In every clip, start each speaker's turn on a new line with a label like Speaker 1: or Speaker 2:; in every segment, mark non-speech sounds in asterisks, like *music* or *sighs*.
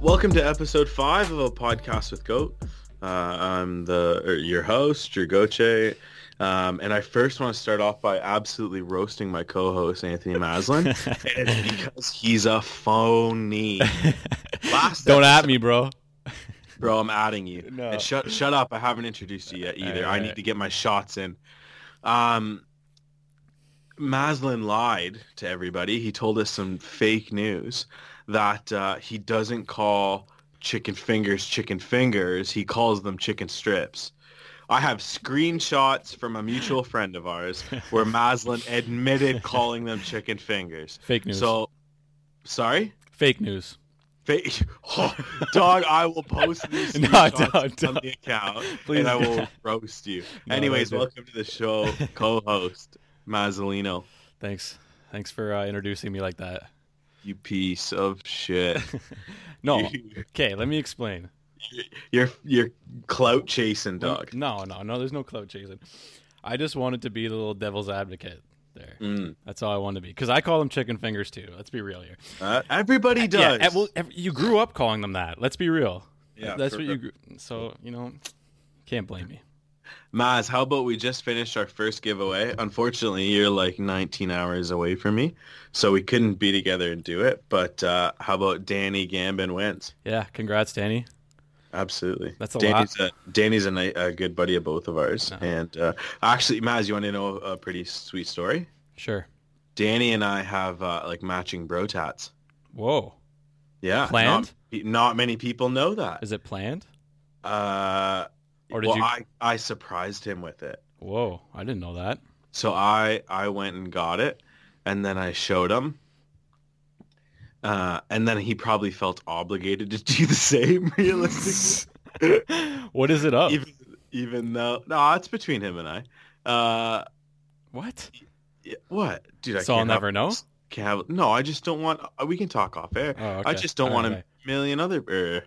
Speaker 1: Welcome to episode five of a podcast with Goat. Uh, I'm the er, your host, Drew Goche, um, and I first want to start off by absolutely roasting my co-host Anthony
Speaker 2: *laughs*
Speaker 1: Maslin, and it's because he's a phony. Last
Speaker 2: Don't
Speaker 1: episode-
Speaker 2: at me, bro.
Speaker 1: bro. I'm adding you.
Speaker 2: No.
Speaker 1: And shut shut up. I haven't introduced you yet either. I
Speaker 2: Alright.
Speaker 1: need to get my shots in. Um, Maslin lied to everybody. He told us some fake news that uh, he doesn't call chicken fingers chicken fingers. He calls them chicken strips. I have screenshots from a mutual friend of ours where Maslin admitted calling them chicken fingers.
Speaker 2: Fake news.
Speaker 1: So, sorry?
Speaker 2: Fake news.
Speaker 1: Fake, *laughs* oh, dog, I will post these
Speaker 2: *laughs* No,
Speaker 1: screenshots
Speaker 2: don't,
Speaker 1: on the account,
Speaker 2: Please
Speaker 1: and I will
Speaker 2: don't.
Speaker 1: roast you.
Speaker 2: *laughs* No,
Speaker 1: Anyways,
Speaker 2: don't do
Speaker 1: welcome to the
Speaker 2: *laughs*
Speaker 1: show, co-host Mazzolino.
Speaker 2: Thanks. Thanks for uh, introducing me
Speaker 1: *laughs*
Speaker 2: like that.
Speaker 1: You piece of
Speaker 2: *laughs*
Speaker 1: shit.
Speaker 2: No.
Speaker 1: You-
Speaker 2: Okay, let me explain.
Speaker 1: You're you're clout chasing,
Speaker 2: Lem-
Speaker 1: dog.
Speaker 2: No, no, no. There's no clout chasing. I just wanted to be the little devil's advocate there.
Speaker 1: Mm.
Speaker 2: That's all I wanted to be. Because I call them chicken fingers too. Let's be real here.
Speaker 1: Uh, everybody does.
Speaker 2: Yeah. and- well, ev- you grew up calling them that. Let's be real.
Speaker 1: Yeah,
Speaker 2: That's
Speaker 1: for
Speaker 2: what you.
Speaker 1: real.
Speaker 2: Grew, so you know, can't blame me.
Speaker 1: Maz, how about we just finished our first giveaway? Unfortunately, you're like 19 hours away from me, so we couldn't be together and do it. But uh, how about Danny Gambin wins?
Speaker 2: Yeah. Congrats, Danny.
Speaker 1: Absolutely.
Speaker 2: That's a
Speaker 1: Danny's A, Danny's a, ni- a good buddy of both of ours.
Speaker 2: Uh-huh.
Speaker 1: And uh, actually, Maz, you want to know a pretty sweet story?
Speaker 2: Sure.
Speaker 1: Danny and I have uh, like matching bro tats.
Speaker 2: Whoa.
Speaker 1: Yeah.
Speaker 2: Planned?
Speaker 1: Not, not many people know that.
Speaker 2: Is it planned?
Speaker 1: Uh,
Speaker 2: Or did
Speaker 1: well,
Speaker 2: you?
Speaker 1: I, I surprised him with it.
Speaker 2: Whoa. I didn't know that.
Speaker 1: So I, I went and got it, and then I showed him. Uh, and then he probably felt obligated to do the same, *laughs* realistically.
Speaker 2: *laughs* what is it up?
Speaker 1: even, even though no, it's between him and I. Uh,
Speaker 2: what?
Speaker 1: Yeah, what, dude? I
Speaker 2: So I'll
Speaker 1: can't have-
Speaker 2: never know?
Speaker 1: Can't have. No, I just don't want. uh, We can talk off air.
Speaker 2: Oh,
Speaker 1: I just don't want
Speaker 2: to.
Speaker 1: a million other, er,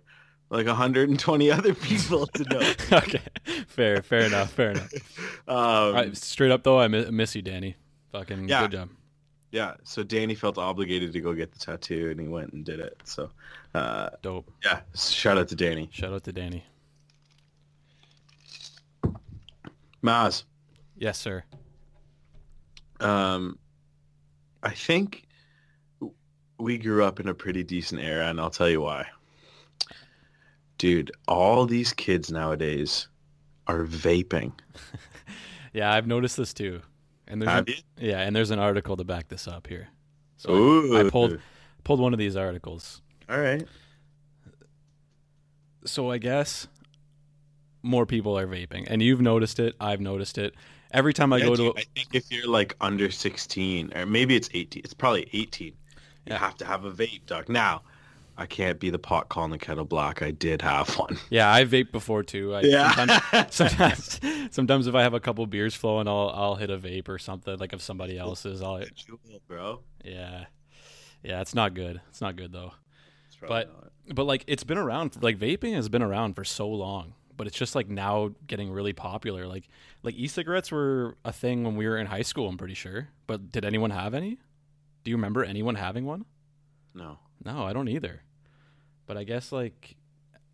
Speaker 1: like 120 *laughs* other people to
Speaker 2: *laughs*
Speaker 1: know.
Speaker 2: okay, fair, fair enough, fair enough.
Speaker 1: Um,
Speaker 2: All right, straight up though, I mi- miss you, Danny. Fucking
Speaker 1: Yeah.
Speaker 2: good job.
Speaker 1: Yeah. So Danny felt obligated to go get the tattoo, and he went and did it. So, uh,
Speaker 2: Dope.
Speaker 1: yeah. Shout out to Danny.
Speaker 2: Shout out to Danny.
Speaker 1: Maz,
Speaker 2: Yes, sir.
Speaker 1: um, I think w- we grew up in a pretty decent era, and I'll tell you why. Dude, all these kids nowadays are vaping.
Speaker 2: Yeah, I've noticed this too. And there's
Speaker 1: Have
Speaker 2: an,
Speaker 1: you?
Speaker 2: yeah, and there's an article to back this up here. So I-
Speaker 1: Ooh.
Speaker 2: I, pulled pulled one of these articles.
Speaker 1: All right.
Speaker 2: So I guess more people are vaping, and you've noticed it. I've noticed it. Every time I
Speaker 1: Yeah,
Speaker 2: go
Speaker 1: dude,
Speaker 2: to
Speaker 1: I think if you're like under 16, or maybe it's 18, it's probably 18.
Speaker 2: Yeah.
Speaker 1: You have to have a vape, dog. Now, I can't be the pot calling the kettle black. I did have *laughs* one.
Speaker 2: yeah, I vape before too. I, sometimes-
Speaker 1: Yeah.
Speaker 2: sometimes sometimes if I have a couple beers flowing, I'll I'll hit a vape or something like of somebody else's. I'll
Speaker 1: Jewel, bro.
Speaker 2: yeah, yeah. It's not good. It's not good though.
Speaker 1: It's probably
Speaker 2: But-
Speaker 1: not.
Speaker 2: But like it's been around. Like vaping has been around for so long, but it's just like now getting really popular. Like like e-cigarettes were a thing when we were in high school. I'm pretty sure. But did anyone have any? Do you remember anyone having one?
Speaker 1: No.
Speaker 2: No, I don't either. But I guess like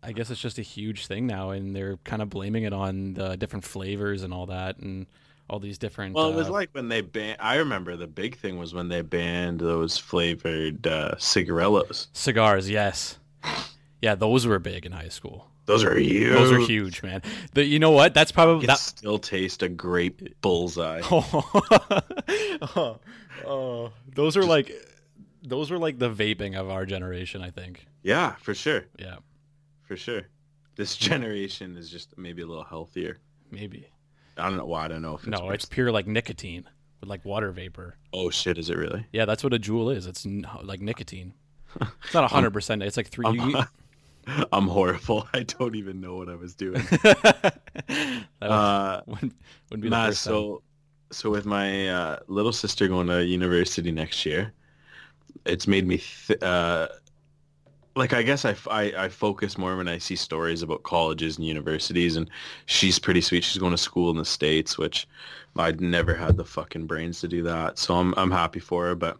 Speaker 2: I guess it's just a huge thing now and they're kind of blaming it on the different flavors and all that and all these different
Speaker 1: Well, it was
Speaker 2: uh,
Speaker 1: like when they banned. I remember the big thing was when they banned those flavored uh, cigarillos.
Speaker 2: cigars, yes. Yeah, those were big in high school.
Speaker 1: Those are huge.
Speaker 2: Those are huge, man. The, you know what? That's
Speaker 1: You
Speaker 2: probably
Speaker 1: can
Speaker 2: that
Speaker 1: still taste a grape bullseye.
Speaker 2: *laughs* oh, oh, those are like those were like the vaping of our generation, I think.
Speaker 1: Yeah, for sure,
Speaker 2: Yeah,
Speaker 1: for sure. This generation is just maybe a little healthier.
Speaker 2: maybe.
Speaker 1: I don't know why. I don't know if it's
Speaker 2: No, it's pure like nicotine with like water vapor.
Speaker 1: Oh shit! Is it really? *laughs*
Speaker 2: Yeah, that's what a joule is. It's n- like nicotine.
Speaker 1: *laughs*
Speaker 2: It's
Speaker 1: Um,
Speaker 2: not hundred percent. It's like three. you- *laughs*
Speaker 1: I'm horrible. *laughs* I don't even know what I was
Speaker 2: *laughs*
Speaker 1: doing.
Speaker 2: that would,
Speaker 1: uh,
Speaker 2: *laughs* wouldn't, wouldn't be the
Speaker 1: nah,
Speaker 2: first time.
Speaker 1: so, so with my uh, little sister going to university next year, it's made me th- uh, like I guess I, f- I I focus more when I see stories about colleges and universities, and she's pretty sweet. She's going to school in the states, which I'd never had the fucking brains to do that. So I'm I'm happy for her, but.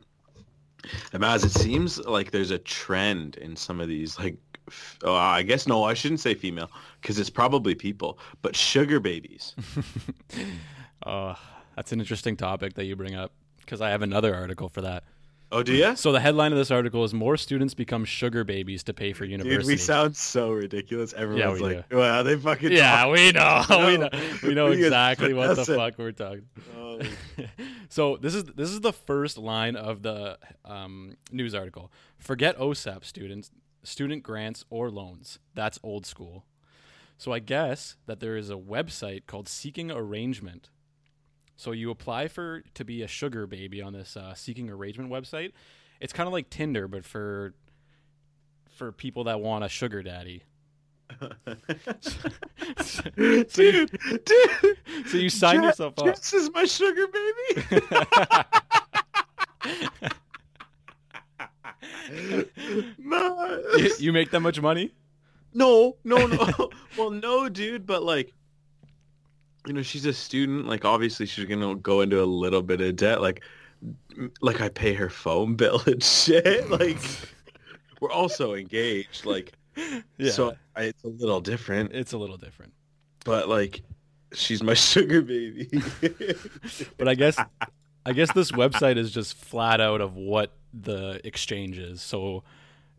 Speaker 1: And as it seems like there's a trend in some of these like f- oh, I guess no, I shouldn't say female because it's probably people, but sugar
Speaker 2: *laughs*
Speaker 1: babies.
Speaker 2: Uh, that's an interesting topic that you bring up because I have another article for that.
Speaker 1: Oh, do you?
Speaker 2: So the headline of this article is "More Students Become Sugar Babies to Pay for University."
Speaker 1: Dude, we sound so ridiculous. Everyone's
Speaker 2: we
Speaker 1: like, "Wow, they fucking
Speaker 2: *laughs* yeah, we know,
Speaker 1: No.
Speaker 2: we know, we know
Speaker 1: *laughs* We get-
Speaker 2: exactly what the
Speaker 1: that's it.
Speaker 2: fuck we're talking.
Speaker 1: talk."
Speaker 2: *laughs*
Speaker 1: Oh,
Speaker 2: so this is this is the first line of the um, news article. Forget OSAP students, student grants or loans. That's old school. So I guess that there is a website called Seeking Arrangement. So you apply for to be a sugar baby on this uh, Seeking Arrangement website. It's kind of like Tinder, but for for people that want a sugar daddy. *laughs*
Speaker 1: dude, dude,
Speaker 2: So you sign
Speaker 1: Jack-
Speaker 2: yourself up.
Speaker 1: This is my sugar
Speaker 2: *laughs*
Speaker 1: baby. no,
Speaker 2: *laughs* you, you make that much money?
Speaker 1: *laughs* no, no, no. *laughs* well, no, dude, but like, you know, she's a student. Like, obviously, she's gonna go into a little bit of debt. Like, m- like I pay her phone bill and *laughs* shit. Like, we're also engaged. Like,
Speaker 2: Yeah.
Speaker 1: so I, it's a little different.
Speaker 2: it's a little different.
Speaker 1: But like, she's my *laughs* sugar baby.
Speaker 2: But I guess I guess this website is just flat out of what the exchange is. So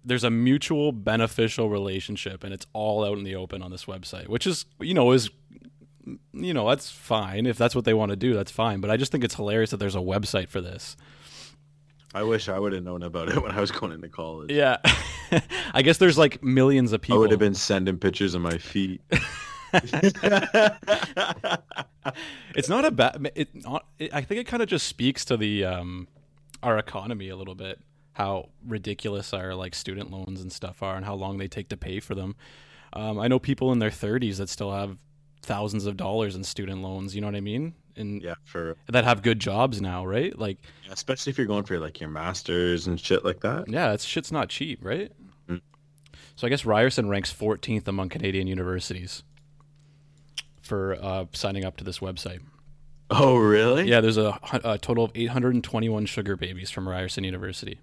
Speaker 2: there's a mutual beneficial relationship and it's all out in the open on this website, which is you know is you know, that's fine. If that's what they want to do, that's fine. But I just think it's hilarious that there's a website for this.
Speaker 1: I wish I would have known about it when I was going into college.
Speaker 2: Yeah. *laughs* I guess there's like millions of
Speaker 1: I
Speaker 2: people.
Speaker 1: would have been sending pictures of my *laughs* feet.
Speaker 2: It's not a bad. It, it, I think it kind of just speaks to the um, our economy a little bit. How ridiculous our like student loans and stuff are, and how long they take to pay for them. Um, I know people in their 30s that still have thousands of dollars in student loans. You know what I mean? And
Speaker 1: yeah, for
Speaker 2: that have good jobs now, right? Like,
Speaker 1: especially if you're going for like your masters and shit like that.
Speaker 2: yeah, it's shit's not cheap, right?
Speaker 1: Mm.
Speaker 2: So I guess Ryerson ranks 14th among Canadian universities for uh, signing up to this website.
Speaker 1: Oh, really?
Speaker 2: Yeah, there's a, hu- a total of 821 sugar babies from Ryerson University.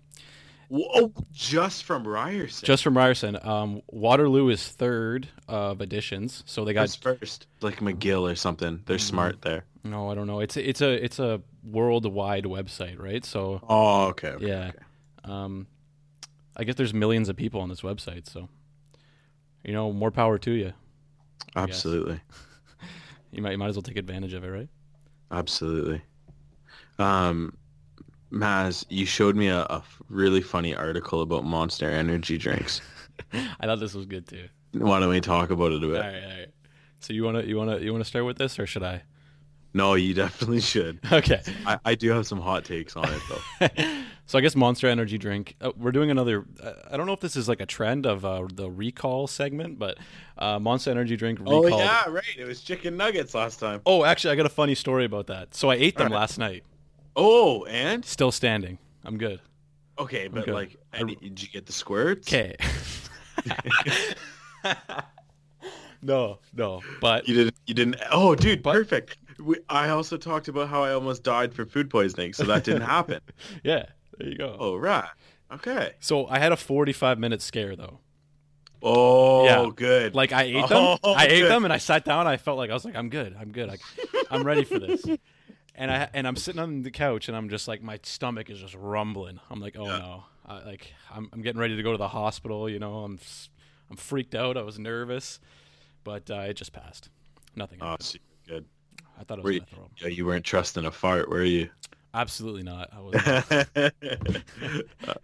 Speaker 1: Whoa, oh, just from Ryerson.
Speaker 2: Just from Ryerson, um, Waterloo is third of additions, so they got
Speaker 1: Who's first, Mm-hmm. like McGill or something. They're smart there.
Speaker 2: no, I don't know. It's it's a it's a worldwide website, right? So
Speaker 1: Oh, okay. okay,
Speaker 2: yeah,
Speaker 1: okay.
Speaker 2: um, I guess there's millions of people on this website, so you know, more power to you.
Speaker 1: absolutely,
Speaker 2: You might you might as well take advantage of it, right? *laughs*
Speaker 1: absolutely. Um, Maz, you showed me a, a really funny article about Monster Energy drinks.
Speaker 2: I thought this was good too.
Speaker 1: Why don't we talk about it a bit?
Speaker 2: All right, all right. So you wanna you wanna you wanna start with this, or should I? *laughs*
Speaker 1: No, you definitely should.
Speaker 2: Okay.
Speaker 1: I, I do have some hot takes on it *laughs* though.
Speaker 2: *laughs* so I guess Monster Energy drink. Uh, we're doing another. Uh, I don't know if this is like a trend of uh, the recall segment, but uh, Monster Energy drink recalled.
Speaker 1: Oh yeah, right. It was chicken nuggets last time.
Speaker 2: Oh, actually, I got a funny story about that. So I ate them
Speaker 1: Alright.
Speaker 2: last night.
Speaker 1: Oh, and
Speaker 2: Still standing. I'm good.
Speaker 1: okay, but
Speaker 2: Okay.
Speaker 1: like, any, did you get the squirts?
Speaker 2: Okay. *laughs* no, no, but
Speaker 1: You didn't. You didn't. Oh, dude,
Speaker 2: But-
Speaker 1: perfect. We, I also talked about how I almost died from food poisoning, so that didn't
Speaker 2: *laughs*
Speaker 1: happen.
Speaker 2: yeah, there you go.
Speaker 1: oh, right. Okay.
Speaker 2: So I had a 45 minute scare though.
Speaker 1: Oh,
Speaker 2: Yeah.
Speaker 1: good.
Speaker 2: Like I ate them.
Speaker 1: Oh,
Speaker 2: I ate
Speaker 1: good.
Speaker 2: them and I sat down. I felt like I was like, I'm good. I'm good. I, I'm ready
Speaker 1: *laughs*
Speaker 2: for this. And I and I'm sitting on the couch and I'm just like my stomach is just rumbling. I'm like, oh
Speaker 1: Yeah.
Speaker 2: no. I, like I'm, I'm getting ready to go to the hospital. You know, I'm s- I'm freaked out. I was nervous, but uh, it just passed. Nothing.
Speaker 1: Oh,
Speaker 2: happened.
Speaker 1: super good.
Speaker 2: I thought it
Speaker 1: were
Speaker 2: was gonna throw. up.
Speaker 1: Yeah, you weren't trusting a fart, were *laughs* you?
Speaker 2: Absolutely not.
Speaker 1: *laughs*
Speaker 2: I was.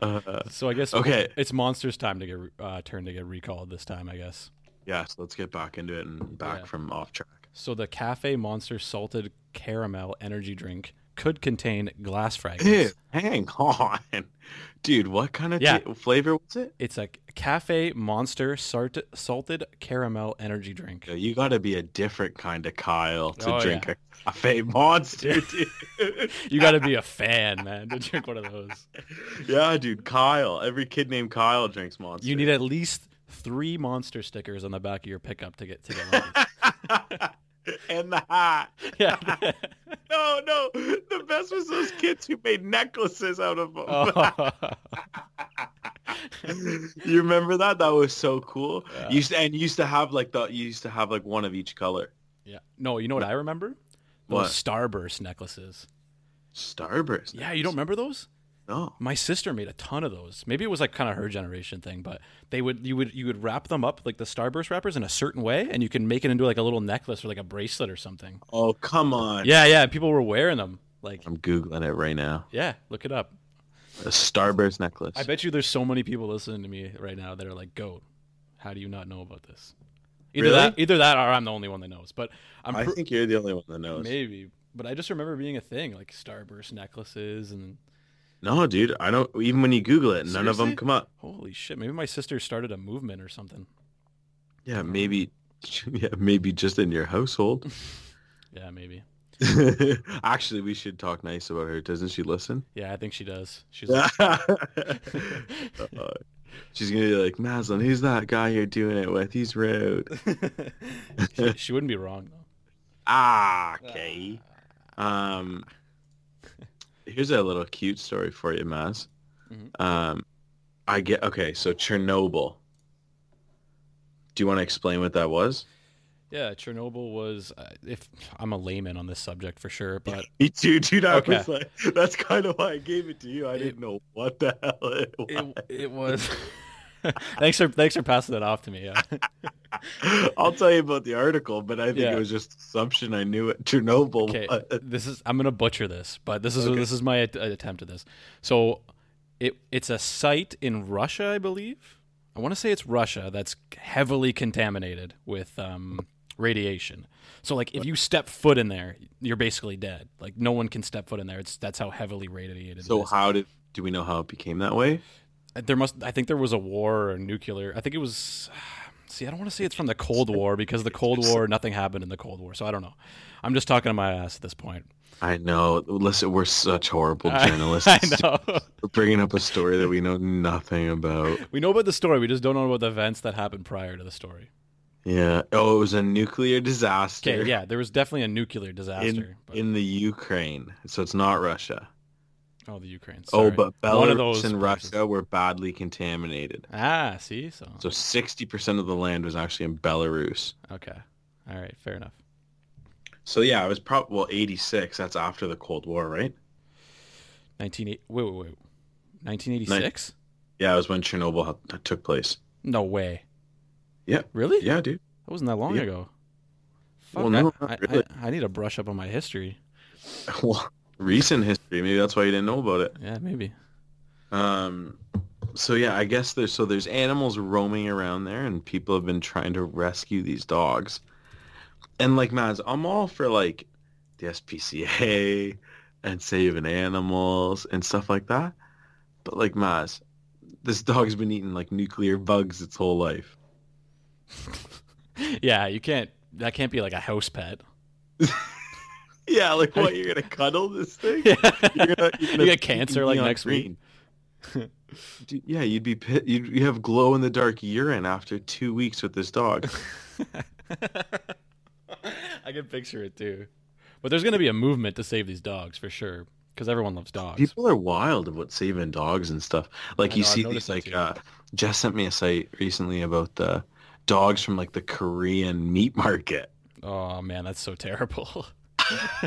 Speaker 1: uh,
Speaker 2: so I guess
Speaker 1: Okay.
Speaker 2: It's monsters' time to get re- uh, turn to get recalled this time. I guess.
Speaker 1: yeah. So let's get back into it and back
Speaker 2: Yeah.
Speaker 1: from off track.
Speaker 2: So the Cafe Monster salted caramel energy drink could contain glass
Speaker 1: Ew,
Speaker 2: fragments.
Speaker 1: hang on, *laughs* dude. What kind of
Speaker 2: Yeah.
Speaker 1: ta- flavor was it?
Speaker 2: It's a Cafe Monster sart- salted caramel energy drink.
Speaker 1: Yo, You got to be a different kind of Kyle to
Speaker 2: Oh,
Speaker 1: drink a, a fake *laughs* monster, dude.
Speaker 2: You got
Speaker 1: *laughs*
Speaker 2: to be a fan, man, to drink one of those.
Speaker 1: yeah, dude, Kyle. Every kid named Kyle drinks monster.
Speaker 2: You need at least three monster stickers on the back of your pickup to get to get one.
Speaker 1: *laughs* and the hat. *laughs*
Speaker 2: yeah.
Speaker 1: No, no. *laughs* The best was those kids who made necklaces out of them.
Speaker 2: Oh.
Speaker 1: you remember that? That was so cool.
Speaker 2: Yeah.
Speaker 1: You used to, and you used to have like the you used to have like one of each color.
Speaker 2: *laughs* Yeah. No, you know what I remember? Those
Speaker 1: What?
Speaker 2: starburst necklaces.
Speaker 1: Starburst.
Speaker 2: Yeah, you don't remember those?
Speaker 1: No.
Speaker 2: My sister made a ton of those. Maybe it was like kind of her generation thing, but they would you would you would wrap them up like the starburst wrappers in a certain way and you can make it into like a little necklace or like a bracelet or something.
Speaker 1: Oh come on.
Speaker 2: Yeah, yeah, people were wearing them. Like
Speaker 1: I'm googling it right now.
Speaker 2: yeah, look it up.
Speaker 1: A starburst necklace.
Speaker 2: I bet you there's so many people listening to me right now that are like, "Goat, how do you not know about this?" Either
Speaker 1: Really?
Speaker 2: that, either that, or I'm the only one that knows. But I'm
Speaker 1: I
Speaker 2: pr-
Speaker 1: think you're the only one that knows.
Speaker 2: maybe. But I just remember being a thing, like starburst necklaces, and
Speaker 1: No, dude. I don't. Even when you Google it, none of
Speaker 2: Seriously?
Speaker 1: them come up.
Speaker 2: holy shit, maybe my sister started a movement or something.
Speaker 1: Yeah, maybe. *laughs* Yeah, maybe just in your
Speaker 2: *laughs*
Speaker 1: household. *laughs*
Speaker 2: Yeah, maybe.
Speaker 1: Actually, we should talk nice about her. Doesn't she listen?
Speaker 2: Yeah, I think she does. She's like,
Speaker 1: *laughs* Uh, She's gonna be like, Maslin, who's that guy you're doing it with? He's rude.
Speaker 2: she, she wouldn't be wrong though.
Speaker 1: Ah, okay. Um, here's a little cute story for you, Maz.
Speaker 2: Mhm.
Speaker 1: Um, I get okay. So Chernobyl. Do you want to explain what that was?
Speaker 2: Yeah, Chernobyl was. Uh, if I'm a layman on this subject for sure, but
Speaker 1: Me too, dude. I
Speaker 2: Okay.
Speaker 1: was like, that's kind of why I gave it to you. I
Speaker 2: It-
Speaker 1: didn't know what the hell it was.
Speaker 2: it, it was. *laughs* thanks for thanks for passing that off to me. Yeah.
Speaker 1: *laughs* I'll tell you about the article, but I think
Speaker 2: Yeah.
Speaker 1: it was just assumption I knew it. Chernobyl. *laughs*
Speaker 2: Okay,
Speaker 1: was.
Speaker 2: this is I'm gonna butcher this, but this is
Speaker 1: uh, Okay.
Speaker 2: this is my at- attempt at this. So, it it's a site in Russia, I believe. I want to say it's Russia that's heavily contaminated with um, radiation. So, like, if you step foot in there, you're basically dead. Like, no one can step foot in there. It's that's how heavily radiated.
Speaker 1: So
Speaker 2: it is.
Speaker 1: how did do we know how it became that way?
Speaker 2: there must I think there was a war or nuclear. I think it was. *sighs* See, I don't want to say it's from the Cold War because
Speaker 1: *laughs*
Speaker 2: the Cold War, nothing happened in the Cold War. So I don't know. I'm just talking to my ass at this point.
Speaker 1: I know. Listen, we're such horrible
Speaker 2: *laughs* I-
Speaker 1: journalists.
Speaker 2: I know.
Speaker 1: We're bringing up a story that we know nothing about.
Speaker 2: We know about the story. We just don't know about the events that happened prior to the story.
Speaker 1: Yeah. Oh, it was a nuclear disaster
Speaker 2: Okay, yeah, there was definitely a nuclear disaster.
Speaker 1: in,
Speaker 2: but,
Speaker 1: in the Ukraine. So it's not Russia.
Speaker 2: oh, the Ukraine.
Speaker 1: Oh,
Speaker 2: sorry.
Speaker 1: but
Speaker 2: One of
Speaker 1: Belarus
Speaker 2: those
Speaker 1: and
Speaker 2: places.
Speaker 1: Russia were badly contaminated.
Speaker 2: Ah, see, so
Speaker 1: So 60% of the land was actually in Belarus.
Speaker 2: okay, all right, fair enough.
Speaker 1: So yeah, it was probably well 86. That's after the Cold War, right?
Speaker 2: Nineteen eight. Wait, wait, wait. Nineteen eighty-six.
Speaker 1: Yeah, it was when Chernobyl ha- took place.
Speaker 2: No way.
Speaker 1: Yeah.
Speaker 2: Really?
Speaker 1: Yeah, dude. *laughs*
Speaker 2: That wasn't that long
Speaker 1: Yeah.
Speaker 2: ago. Fuck,
Speaker 1: Well, no,
Speaker 2: I,
Speaker 1: not
Speaker 2: I-
Speaker 1: really.
Speaker 2: I, I need to brush up on my history.
Speaker 1: Well, recent history. Maybe that's why you didn't know about it.
Speaker 2: Yeah, maybe. *laughs*
Speaker 1: Um, so yeah, I guess there's so there's animals roaming around there, and people have been trying to rescue these dogs. And like Maz, I'm all for like the SPCA and saving animals and stuff like that. But like Maz, this dog's been eating like nuclear bugs its whole life.
Speaker 2: Yeah, you can't. That can't be like a house pet. *laughs*
Speaker 1: Yeah, like what? You're gonna cuddle this thing?
Speaker 2: *laughs* Yeah.
Speaker 1: You're gonna- you're gonna
Speaker 2: you get cancer
Speaker 1: be
Speaker 2: like
Speaker 1: on
Speaker 2: next week.
Speaker 1: green. Dude, yeah, you'd be pit- you'd, you have glow in the dark urine after two weeks with this dog.
Speaker 2: *laughs* I can picture it too. But there's going to be a movement to save these dogs for sure, because everyone loves dogs. *laughs*
Speaker 1: People are wild about saving dogs and stuff. Like
Speaker 2: I
Speaker 1: you
Speaker 2: know, I've
Speaker 1: see
Speaker 2: noticed
Speaker 1: these
Speaker 2: that
Speaker 1: like uh,
Speaker 2: too.
Speaker 1: Jess sent me a site recently about the dogs from like the Korean meat market. *laughs*
Speaker 2: Oh man, that's so terrible. *laughs*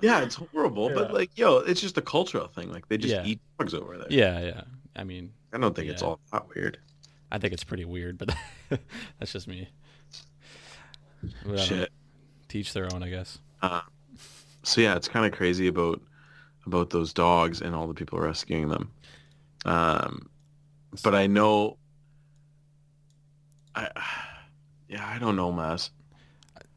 Speaker 1: Yeah, it's horrible, but
Speaker 2: Yeah.
Speaker 1: like yo, it's just a cultural thing. Like they just
Speaker 2: Yeah.
Speaker 1: eat dogs over there.
Speaker 2: yeah, yeah. I mean,
Speaker 1: I don't think it's
Speaker 2: Yeah.
Speaker 1: all that weird.
Speaker 2: I think it's pretty weird, but *laughs* that's just me. But uh, I don't know.
Speaker 1: Shit.
Speaker 2: Teach their own, I guess.
Speaker 1: so yeah, it's kind of crazy about about those dogs and all the people rescuing them. Um, but I know, I *sighs* yeah, I don't know, Maz.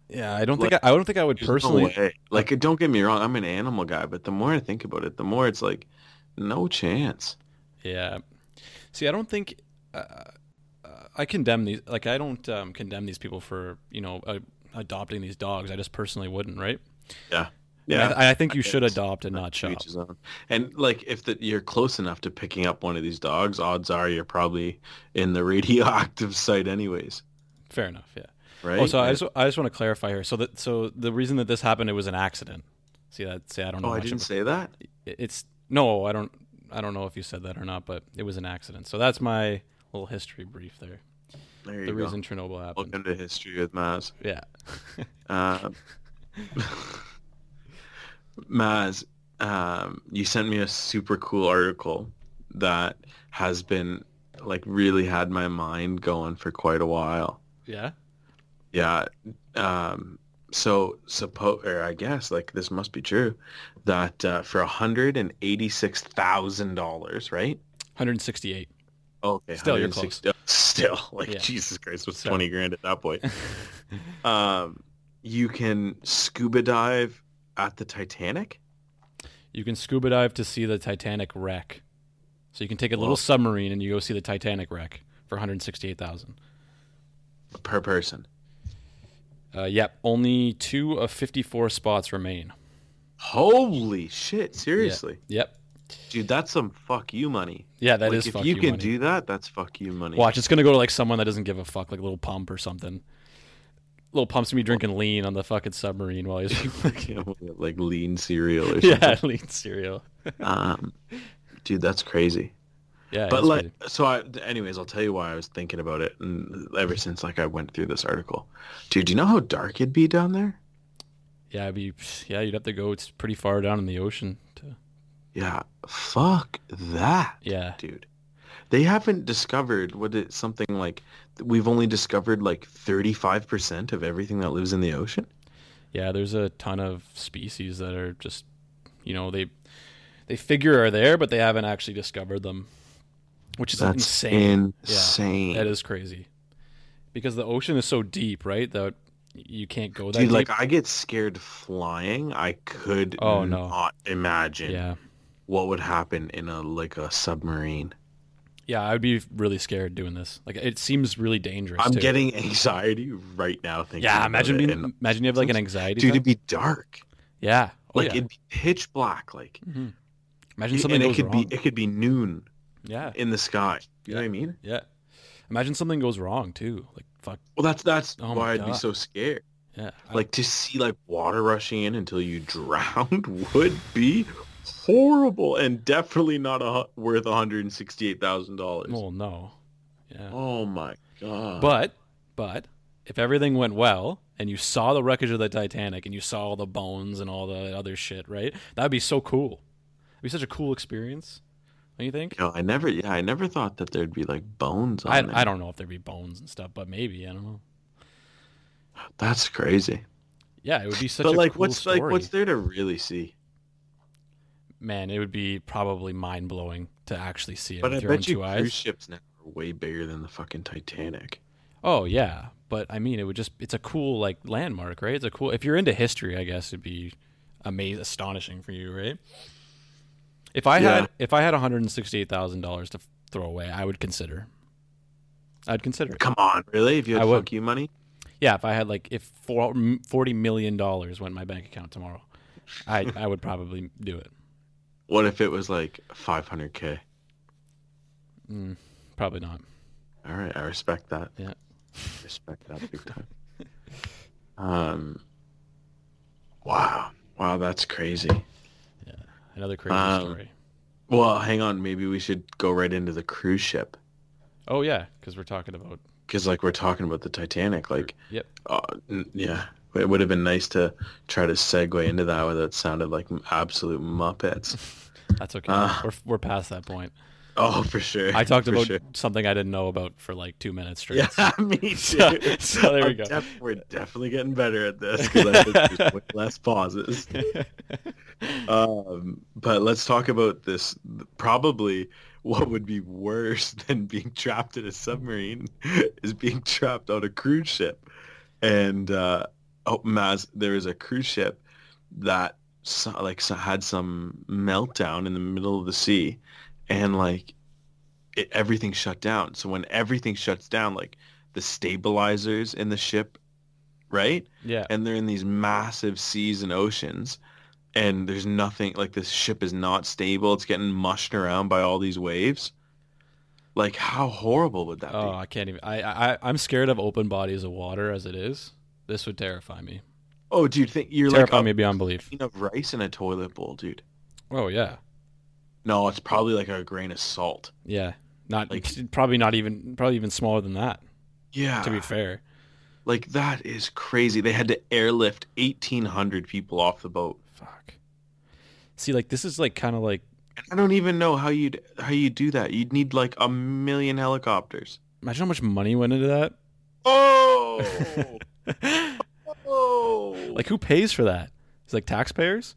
Speaker 2: Yeah, I don't
Speaker 1: Like-
Speaker 2: think I, I don't think I would
Speaker 1: There's no
Speaker 2: personally.
Speaker 1: way. like, don't get me wrong, I'm an animal guy, but the more I think about it, the more it's like, no chance.
Speaker 2: Yeah. See, I don't think uh, uh, I condemn these. Like, I don't um, condemn these people for you know uh, adopting these dogs. I just personally wouldn't, right?
Speaker 1: Yeah.
Speaker 2: I, I think you
Speaker 1: I
Speaker 2: should
Speaker 1: guess.
Speaker 2: adopt and not
Speaker 1: to
Speaker 2: shop.
Speaker 1: each his own. And like, if the, you're close enough to picking up one of these dogs, odds are you're probably in the *laughs* radioactive site, anyways,
Speaker 2: Fair enough. Yeah.
Speaker 1: right?
Speaker 2: Oh, so I just I just want to clarify here. So that so the reason that this happened, it was an accident. See that? See, I don't know.
Speaker 1: oh, I
Speaker 2: much
Speaker 1: didn't
Speaker 2: about-
Speaker 1: say that.
Speaker 2: It's no, I don't. I don't know if you said that or not, but it was an accident. So that's my little history brief there.
Speaker 1: There you
Speaker 2: The
Speaker 1: go.
Speaker 2: reason Chernobyl happened.
Speaker 1: Welcome to history with Maz.
Speaker 2: Yeah.
Speaker 1: Um, *laughs* Maz, um, you sent me a super cool article that has been like really had my mind going for quite a while.
Speaker 2: Yeah.
Speaker 1: Yeah. Um, so suppose, or I guess like this must be true, that uh, for hundred and eighty-six thousand dollars, right?
Speaker 2: 168.
Speaker 1: Okay,
Speaker 2: Still, you're
Speaker 1: 160 Still, *laughs* like
Speaker 2: Yeah.
Speaker 1: Jesus Christ, what's
Speaker 2: So-
Speaker 1: twenty grand at that point? um, you can scuba dive at the Titanic.
Speaker 2: *laughs* You can scuba dive to see the Titanic wreck. So you can take a
Speaker 1: Whoa.
Speaker 2: little submarine and you go see the Titanic wreck for 168,000.
Speaker 1: per person.
Speaker 2: Uh, yep, only 2 of 54 spots remain.
Speaker 1: Holy shit! Seriously,
Speaker 2: Yep.
Speaker 1: dude, that's some fuck you money.
Speaker 2: Yeah, that
Speaker 1: like,
Speaker 2: is
Speaker 1: if
Speaker 2: fuck
Speaker 1: you, can
Speaker 2: money.
Speaker 1: do that, that's fuck you money.
Speaker 2: Watch, it's going to go to like someone that doesn't give a fuck, like little pump or something. Little pump's going to be drinking lean on the fucking submarine while
Speaker 1: *laughs*
Speaker 2: he's
Speaker 1: *laughs*
Speaker 2: *laughs*
Speaker 1: Yeah, like lean cereal or something. *laughs*
Speaker 2: Yeah, *laughs* lean cereal.
Speaker 1: Um, dude, that's crazy.
Speaker 2: Yeah.
Speaker 1: But
Speaker 2: it's
Speaker 1: like,
Speaker 2: crazy.
Speaker 1: so I, anyways, I'll tell you why I was thinking about it, and ever since like I went through this article, dude, do you know how dark it'd be down there?
Speaker 2: yeah, it'd be, yeah, you'd have to go it's pretty far down in the ocean to
Speaker 1: Yeah, fuck that,
Speaker 2: Yeah.
Speaker 1: dude. They haven't discovered what it something like. We've only discovered like thirty-five percent of everything that lives in the ocean.
Speaker 2: Yeah, there's a ton of species that are just, you know, they they figure are there, but they haven't actually discovered them, which is
Speaker 1: That's
Speaker 2: insane.
Speaker 1: insane.
Speaker 2: Yeah, That is crazy, because the ocean is so deep, right? That you can't go that
Speaker 1: Dude,
Speaker 2: deep.
Speaker 1: like I get scared flying. I could
Speaker 2: Oh, no.
Speaker 1: not imagine
Speaker 2: yeah,
Speaker 1: what would happen in a like a submarine.
Speaker 2: yeah, I'd be really scared doing this. Like, it seems really dangerous.
Speaker 1: I'm
Speaker 2: too.
Speaker 1: getting *laughs* anxiety right now thinking.
Speaker 2: Yeah,
Speaker 1: about
Speaker 2: imagine
Speaker 1: it,
Speaker 2: being,
Speaker 1: and-
Speaker 2: imagine you have like an anxiety.
Speaker 1: dude, it'd
Speaker 2: attack.
Speaker 1: be dark.
Speaker 2: yeah, oh,
Speaker 1: Like
Speaker 2: yeah.
Speaker 1: it'd be pitch black. Like
Speaker 2: Mhm. Imagine
Speaker 1: and
Speaker 2: something
Speaker 1: it
Speaker 2: goes
Speaker 1: could
Speaker 2: wrong.
Speaker 1: be it could be
Speaker 2: *laughs*
Speaker 1: noon
Speaker 2: yeah,
Speaker 1: in the sky. You know
Speaker 2: Yeah.
Speaker 1: what I mean?
Speaker 2: yeah. Imagine something goes wrong too. Like, fuck.
Speaker 1: Well, that's that's
Speaker 2: Oh my
Speaker 1: why I'd be
Speaker 2: God.
Speaker 1: so scared.
Speaker 2: Yeah. I-
Speaker 1: Like to see like water rushing in until you *laughs* drowned would be horrible and definitely not a, hu- worth one hundred and sixty-eight thousand dollars.
Speaker 2: well, no. Yeah.
Speaker 1: Oh my god!
Speaker 2: But but if everything went well and you saw the wreckage of the Titanic and you saw all the bones and all the other shit, right? That'd be so cool. It'd be such a cool experience. Don't you think?
Speaker 1: you know, I never, yeah, I never thought that there'd be like bones on
Speaker 2: I,
Speaker 1: there.
Speaker 2: I don't know if there'd be bones and stuff, but maybe I don't know.
Speaker 1: That's crazy.
Speaker 2: Yeah, it would be such
Speaker 1: But
Speaker 2: a
Speaker 1: like,
Speaker 2: cool
Speaker 1: what's
Speaker 2: story.
Speaker 1: like, what's there to really see?
Speaker 2: Man, it would be probably mind blowing to actually see it
Speaker 1: but I
Speaker 2: with your own
Speaker 1: bet you
Speaker 2: two
Speaker 1: cruise
Speaker 2: eyes.
Speaker 1: ships now are way bigger than the fucking Titanic.
Speaker 2: Oh yeah, but I mean, it would just—it's a cool like landmark, right? It's a cool. If you're into history, I guess it'd be amazing, astonishing for you, right? If I
Speaker 1: Yeah.
Speaker 2: had if I had one hundred and sixty-eight thousand dollars to f- throw away, I would consider. I'd consider it.
Speaker 1: Come on, really? If you had
Speaker 2: I
Speaker 1: fuck
Speaker 2: would.
Speaker 1: you money,
Speaker 2: Yeah, if I had like if four, m- forty million dollars went in my bank account tomorrow, I I would probably do it.
Speaker 1: what if it was like 500k?
Speaker 2: Mm, probably not.
Speaker 1: All right, I respect that.
Speaker 2: Yeah.
Speaker 1: respect that big time. Um, wow, wow, that's crazy.
Speaker 2: Another crazy
Speaker 1: Um,
Speaker 2: story.
Speaker 1: Well, hang on, maybe we should go right into the cruise ship
Speaker 2: Oh yeah, because we're talking about
Speaker 1: because, like, we're talking about the Titanic. Like,
Speaker 2: yep.
Speaker 1: uh, n- yeah, it would have been nice to try to segue into that without it sounded like absolute muppets. *laughs*
Speaker 2: That's okay.
Speaker 1: Uh.
Speaker 2: we're we're past that point.
Speaker 1: Oh, for sure.
Speaker 2: I talked
Speaker 1: For
Speaker 2: about *laughs*
Speaker 1: sure.
Speaker 2: something I didn't know about for like two minutes straight.
Speaker 1: Yeah, *laughs* me too.
Speaker 2: So- so there we
Speaker 1: I'm
Speaker 2: go.
Speaker 1: def- we're definitely getting better at this because I think
Speaker 2: *laughs*
Speaker 1: there's way less pauses. Um, but let's talk about this. Probably what would be worse *laughs* than being trapped in a submarine *laughs* is being trapped on a cruise ship. And uh, oh, Maz, there is a cruise ship that so, like so, had some meltdown in the middle of the sea, and like it, everything shut down. So when everything shuts down, like the stabilizers in the ship, right?
Speaker 2: yeah.
Speaker 1: and they're in these massive seas and oceans and there's nothing like this ship is not stable it's getting mushed around by all these waves like how horrible would that
Speaker 2: Oh,
Speaker 1: be
Speaker 2: I can't even. I, I I'm scared of open bodies of water as it is. This would terrify me.
Speaker 1: oh dude think you're like
Speaker 2: terrify
Speaker 1: a
Speaker 2: me beyond belief.
Speaker 1: can of rice in a toilet bowl dude
Speaker 2: Oh yeah.
Speaker 1: No, it's probably like a grain of salt.
Speaker 2: Yeah, not
Speaker 1: Like-
Speaker 2: probably not even probably even smaller than that.
Speaker 1: Yeah.
Speaker 2: To be fair,
Speaker 1: Like that is crazy. They had to airlift 1800 people off the boat.
Speaker 2: fuck. See, like this is like kind of like
Speaker 1: And I don't even know how you'd how you do that. You'd need like a million helicopters.
Speaker 2: imagine how much money went into *laughs*
Speaker 1: Oh. *laughs*
Speaker 2: that.
Speaker 1: oh.
Speaker 2: like who pays for that? It's like taxpayers.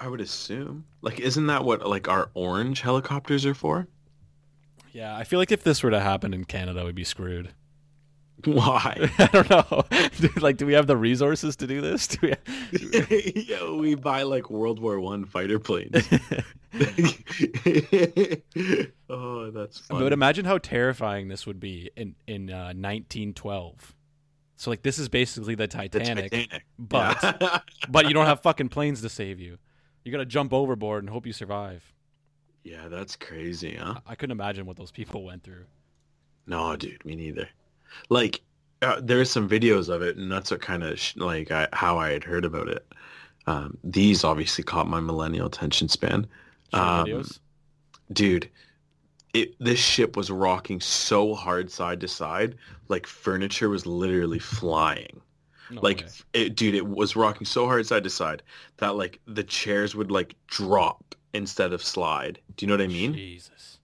Speaker 1: I would assume. Like isn't that what like our orange helicopters are for? *laughs*
Speaker 2: Yeah, I feel like if this were to happen in Canada, we'd be screwed. *laughs*
Speaker 1: Why?
Speaker 2: I don't know. *laughs* Dude, like, do we have the resources to do this? *laughs* Do we
Speaker 1: *laughs* yeah, we buy like World War 1 fighter planes. *laughs* oh, that's funny.
Speaker 2: But imagine how terrifying this would be in in uh, 1912. So like, this is basically the
Speaker 1: The
Speaker 2: Titanic, *laughs*
Speaker 1: Titanic.
Speaker 2: but
Speaker 1: Yeah.
Speaker 2: but you don't have fucking planes to save you. You gotta jump overboard and hope you survive.
Speaker 1: *laughs* Yeah, that's crazy, huh?
Speaker 2: I- I couldn't imagine what those people went through.
Speaker 1: No, dude, me neither. Like, uh, there's some videos of it, and that's what kind of sh- like I, how I had heard about it. Um, these obviously caught my millennial attention span,
Speaker 2: Short
Speaker 1: Um,
Speaker 2: videos.
Speaker 1: dude. It, this ship was rocking so hard side to side, like furniture was literally flying.
Speaker 2: No
Speaker 1: like,
Speaker 2: way.
Speaker 1: it, dude, it was rocking so hard side to side that like the chairs would like drop instead of slide. Do you know what I mean?
Speaker 2: Jesus.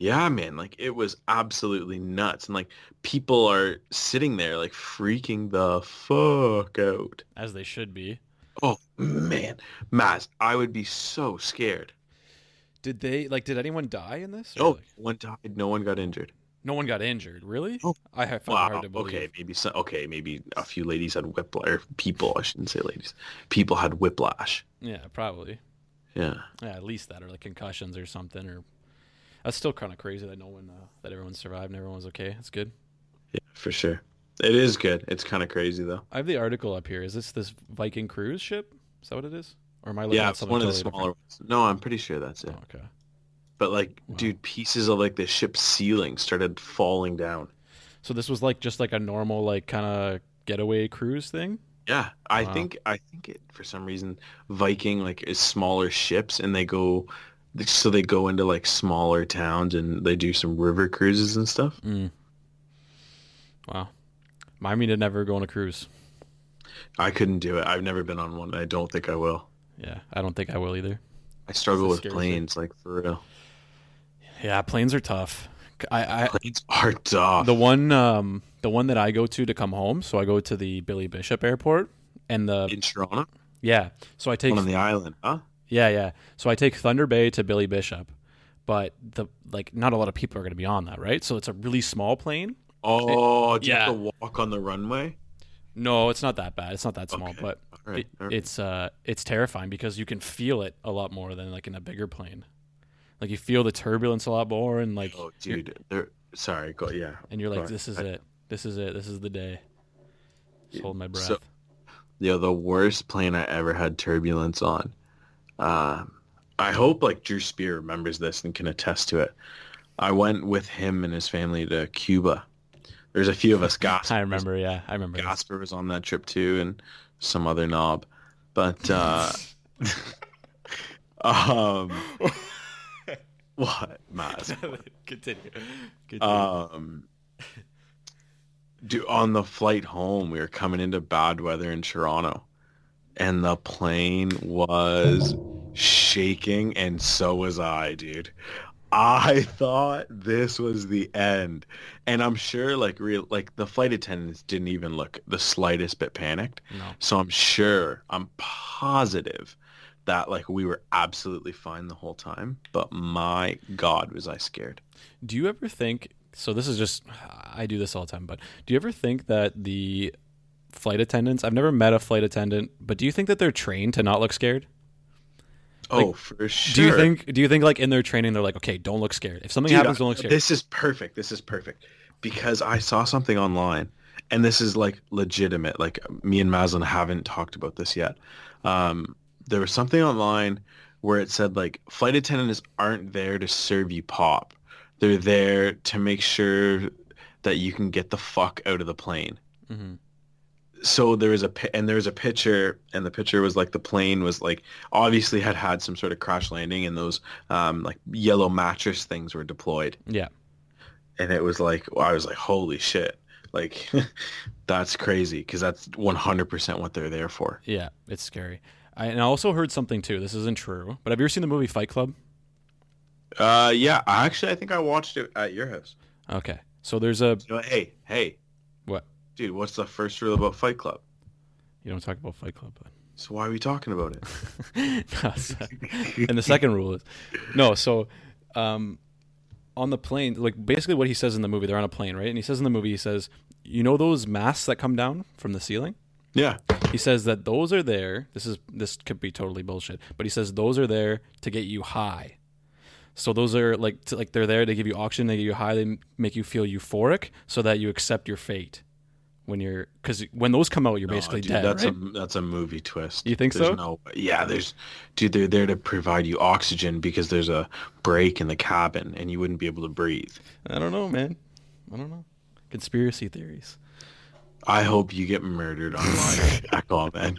Speaker 1: Yeah, man, like it was absolutely nuts. And like people are sitting there like freaking the fuck out.
Speaker 2: As they should be.
Speaker 1: Oh man, Maz, I would be so scared.
Speaker 2: Did they like? Did anyone die in this? Or,
Speaker 1: No
Speaker 2: like,
Speaker 1: one died, no one got injured.
Speaker 2: no one got injured. Really?
Speaker 1: Oh.
Speaker 2: I have found it
Speaker 1: Wow.
Speaker 2: hard to believe.
Speaker 1: Okay, maybe so, okay, maybe a few ladies had whiplash or people, I shouldn't say ladies. People had whiplash.
Speaker 2: Yeah, probably.
Speaker 1: Yeah.
Speaker 2: Yeah, at least that, or like concussions or something, or that's still kind of crazy that no one, uh, that everyone survived and everyone's okay. That's good.
Speaker 1: Yeah, for sure. It is good. It's kind of crazy though.
Speaker 2: I have the article up here. Is this this Viking cruise ship? Is that what it is? Or am I looking
Speaker 1: yeah,
Speaker 2: at
Speaker 1: it's
Speaker 2: something
Speaker 1: one of the
Speaker 2: totally
Speaker 1: smaller ones. No, I'm pretty sure that's it.
Speaker 2: different? Oh, okay.
Speaker 1: But like,
Speaker 2: Wow.
Speaker 1: dude, pieces of like the ship's ceiling started falling down.
Speaker 2: So this was like just like a normal like kind of getaway cruise thing.
Speaker 1: Yeah, I
Speaker 2: Wow.
Speaker 1: think I think it for some reason Viking like is smaller ships and they go so they go into like smaller towns and they do some river cruises and stuff.
Speaker 2: Mm. Wow. Remind me to never go on a cruise.
Speaker 1: I couldn't do it. I've never been on one. I don't think I will.
Speaker 2: Yeah, I don't think I will either.
Speaker 1: I struggle
Speaker 2: This
Speaker 1: with
Speaker 2: scares me.
Speaker 1: planes, like for real.
Speaker 2: Yeah, planes are tough. I,
Speaker 1: *laughs*
Speaker 2: I
Speaker 1: Planes are tough.
Speaker 2: Uh, The one, um, the one that I go to to come home. So I go to the Billy Bishop Airport, and the
Speaker 1: in Toronto,
Speaker 2: yeah. So I take
Speaker 1: one on the island, huh?
Speaker 2: yeah, yeah. So I take Thunder Bay to Billy Bishop, but the like not a lot of people are going to be on that, right? So it's a really small plane.
Speaker 1: Oh, do
Speaker 2: yeah.
Speaker 1: you have to walk on the runway?
Speaker 2: No, it's not that bad. It's not that small,
Speaker 1: Okay.
Speaker 2: but
Speaker 1: All right,
Speaker 2: it-
Speaker 1: all right.
Speaker 2: it's uh, it's terrifying because you can feel it a lot more than like in a bigger plane. Like you feel the turbulence a lot more, and like
Speaker 1: oh,
Speaker 2: you're-
Speaker 1: dude, they're sorry. Go yeah.
Speaker 2: and you're like,
Speaker 1: Sorry.
Speaker 2: this is
Speaker 1: I-
Speaker 2: it, this is it, this is the day. Just hold my breath.
Speaker 1: So- you know, the worst plane I ever had turbulence on. Um, I hope like Drew Spear remembers this and can attest to it. I went with him and his family to Cuba. There's a few of us. Gasper,
Speaker 2: *laughs* I remember, yeah, I remember.
Speaker 1: Was,
Speaker 2: this.
Speaker 1: Gasper was on that trip too, and some other knob. But uh, *laughs* um, what, *laughs* Maz?
Speaker 2: Continue. Continue.
Speaker 1: Um, do on the flight home, we were coming into bad weather in Toronto, and the plane was shaking, and so was I, dude. I *laughs* thought this was the end, and I'm sure like real like the flight attendants didn't even look the slightest bit panicked.
Speaker 2: no.
Speaker 1: So I'm sure, I'm positive that like we were absolutely fine the whole time. But my God, was I scared?
Speaker 2: Do you ever think? So this is just I do this all the time, but do you ever think that the flight attendants? I've never met a flight attendant, but do you think that they're trained to not look scared?
Speaker 1: oh, for sure.
Speaker 2: Do you think? Do you think like in their training they're like, okay, don't look scared. If something
Speaker 1: Dude,
Speaker 2: happens,
Speaker 1: I-
Speaker 2: don't look scared.
Speaker 1: This is perfect. This is perfect because I saw something online, and this is like legitimate. Like me and Maslin haven't talked about this yet. Um, there was something online where it said like flight attendants aren't there to serve you pop. They're there to make sure that you can get the fuck out of the plane.
Speaker 2: Mhm.
Speaker 1: so there was a pi- and there was a picture and the picture was like the plane was like obviously had had some sort of crash landing and those um like yellow mattress things were deployed
Speaker 2: Yeah.
Speaker 1: and it was like I was like holy shit like *laughs* that's crazy because that's 100% what they're there for
Speaker 2: Yeah. It's scary. I, and I also heard something too. This isn't true, but have you ever seen the movie Fight Club?
Speaker 1: uh yeah I actually I think I watched it at your house
Speaker 2: Okay. So there's a
Speaker 1: You know, hey hey
Speaker 2: what?
Speaker 1: dude what's the first rule about Fight Club
Speaker 2: You don't talk about Fight Club. But...
Speaker 1: so why are we talking about it *laughs*
Speaker 2: *laughs* No, so- and the second rule is no. So, um, on the plane, like basically what he says in the movie, they're on a plane, right? And he says in the movie, he says, "You know those masks that come down from the ceiling."
Speaker 1: yeah
Speaker 2: He says that those are there. This is this could be totally bullshit, but he says those are there to get you high. So those are like to, like they're there. They give you oxygen. They get you high. They m- make you feel euphoric, so that you accept your fate when you're because when those come out, you're
Speaker 1: No,
Speaker 2: basically
Speaker 1: dude,
Speaker 2: dead.
Speaker 1: That's
Speaker 2: right?
Speaker 1: a that's a movie twist.
Speaker 2: You think
Speaker 1: There's
Speaker 2: so?
Speaker 1: No, yeah, there's dude. They're there to provide you oxygen because there's a break in the cabin and you wouldn't be able to breathe.
Speaker 2: I don't know, man. I don't know. Conspiracy theories.
Speaker 1: I hope you get murdered
Speaker 2: *laughs*
Speaker 1: online. I call man.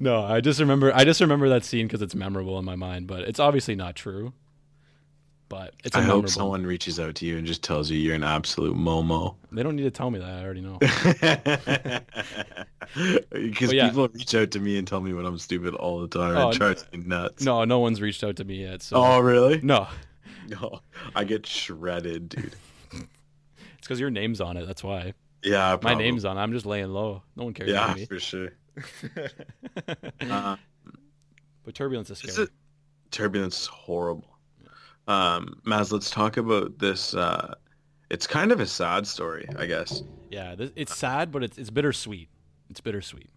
Speaker 2: No, I just remember. I just remember that scene because it's memorable in my mind. But it's obviously not true. But it's
Speaker 1: I
Speaker 2: a memorable.
Speaker 1: hope someone reaches out to you and just tells you you're an absolute momo. *laughs*
Speaker 2: They don't need to tell me that. I already know.
Speaker 1: Because
Speaker 2: But yeah.
Speaker 1: people reach out to me and tell me when I'm stupid all the time.
Speaker 2: Oh,
Speaker 1: it drives me nuts.
Speaker 2: no, no one's reached out to me yet. So
Speaker 1: Oh really?
Speaker 2: no,
Speaker 1: *laughs* No, I get shredded, dude.
Speaker 2: it's because your name's on it. That's why
Speaker 1: Yeah,
Speaker 2: my
Speaker 1: probably.
Speaker 2: name's on. it. I'm just laying low. No one cares
Speaker 1: Oh. yeah
Speaker 2: about me.
Speaker 1: for
Speaker 2: *laughs*
Speaker 1: sure. *laughs* Uh,
Speaker 2: but turbulence is
Speaker 1: Is
Speaker 2: scary.
Speaker 1: it- turbulence is horrible. Um, Maz, let's talk about this. Uh, it's kind of a sad story, I guess.
Speaker 2: Yeah, this, it's sad, but it's it's bittersweet. It's bittersweet.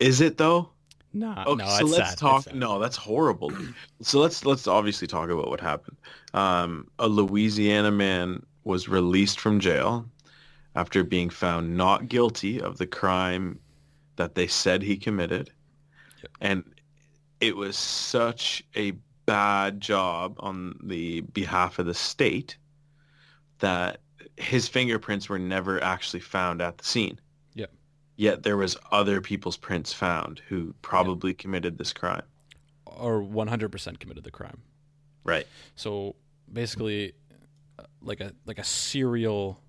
Speaker 1: Is it though?
Speaker 2: Nah,
Speaker 1: Okay,
Speaker 2: no,
Speaker 1: so
Speaker 2: it's
Speaker 1: let's
Speaker 2: sad.
Speaker 1: talk.
Speaker 2: It's sad.
Speaker 1: No, that's horrible. dude. so let's let's obviously talk about what happened. Um, a Louisiana man was released from jail after being found not guilty of the crime that they said he committed,
Speaker 2: Yep.
Speaker 1: and it was such a bad job on the behalf of the state that his fingerprints were never actually found at the scene yet there was other people's prints found who probably committed this crime.
Speaker 2: or 100% committed the crime.
Speaker 1: Right.
Speaker 2: So basically, uh, like a like a serial,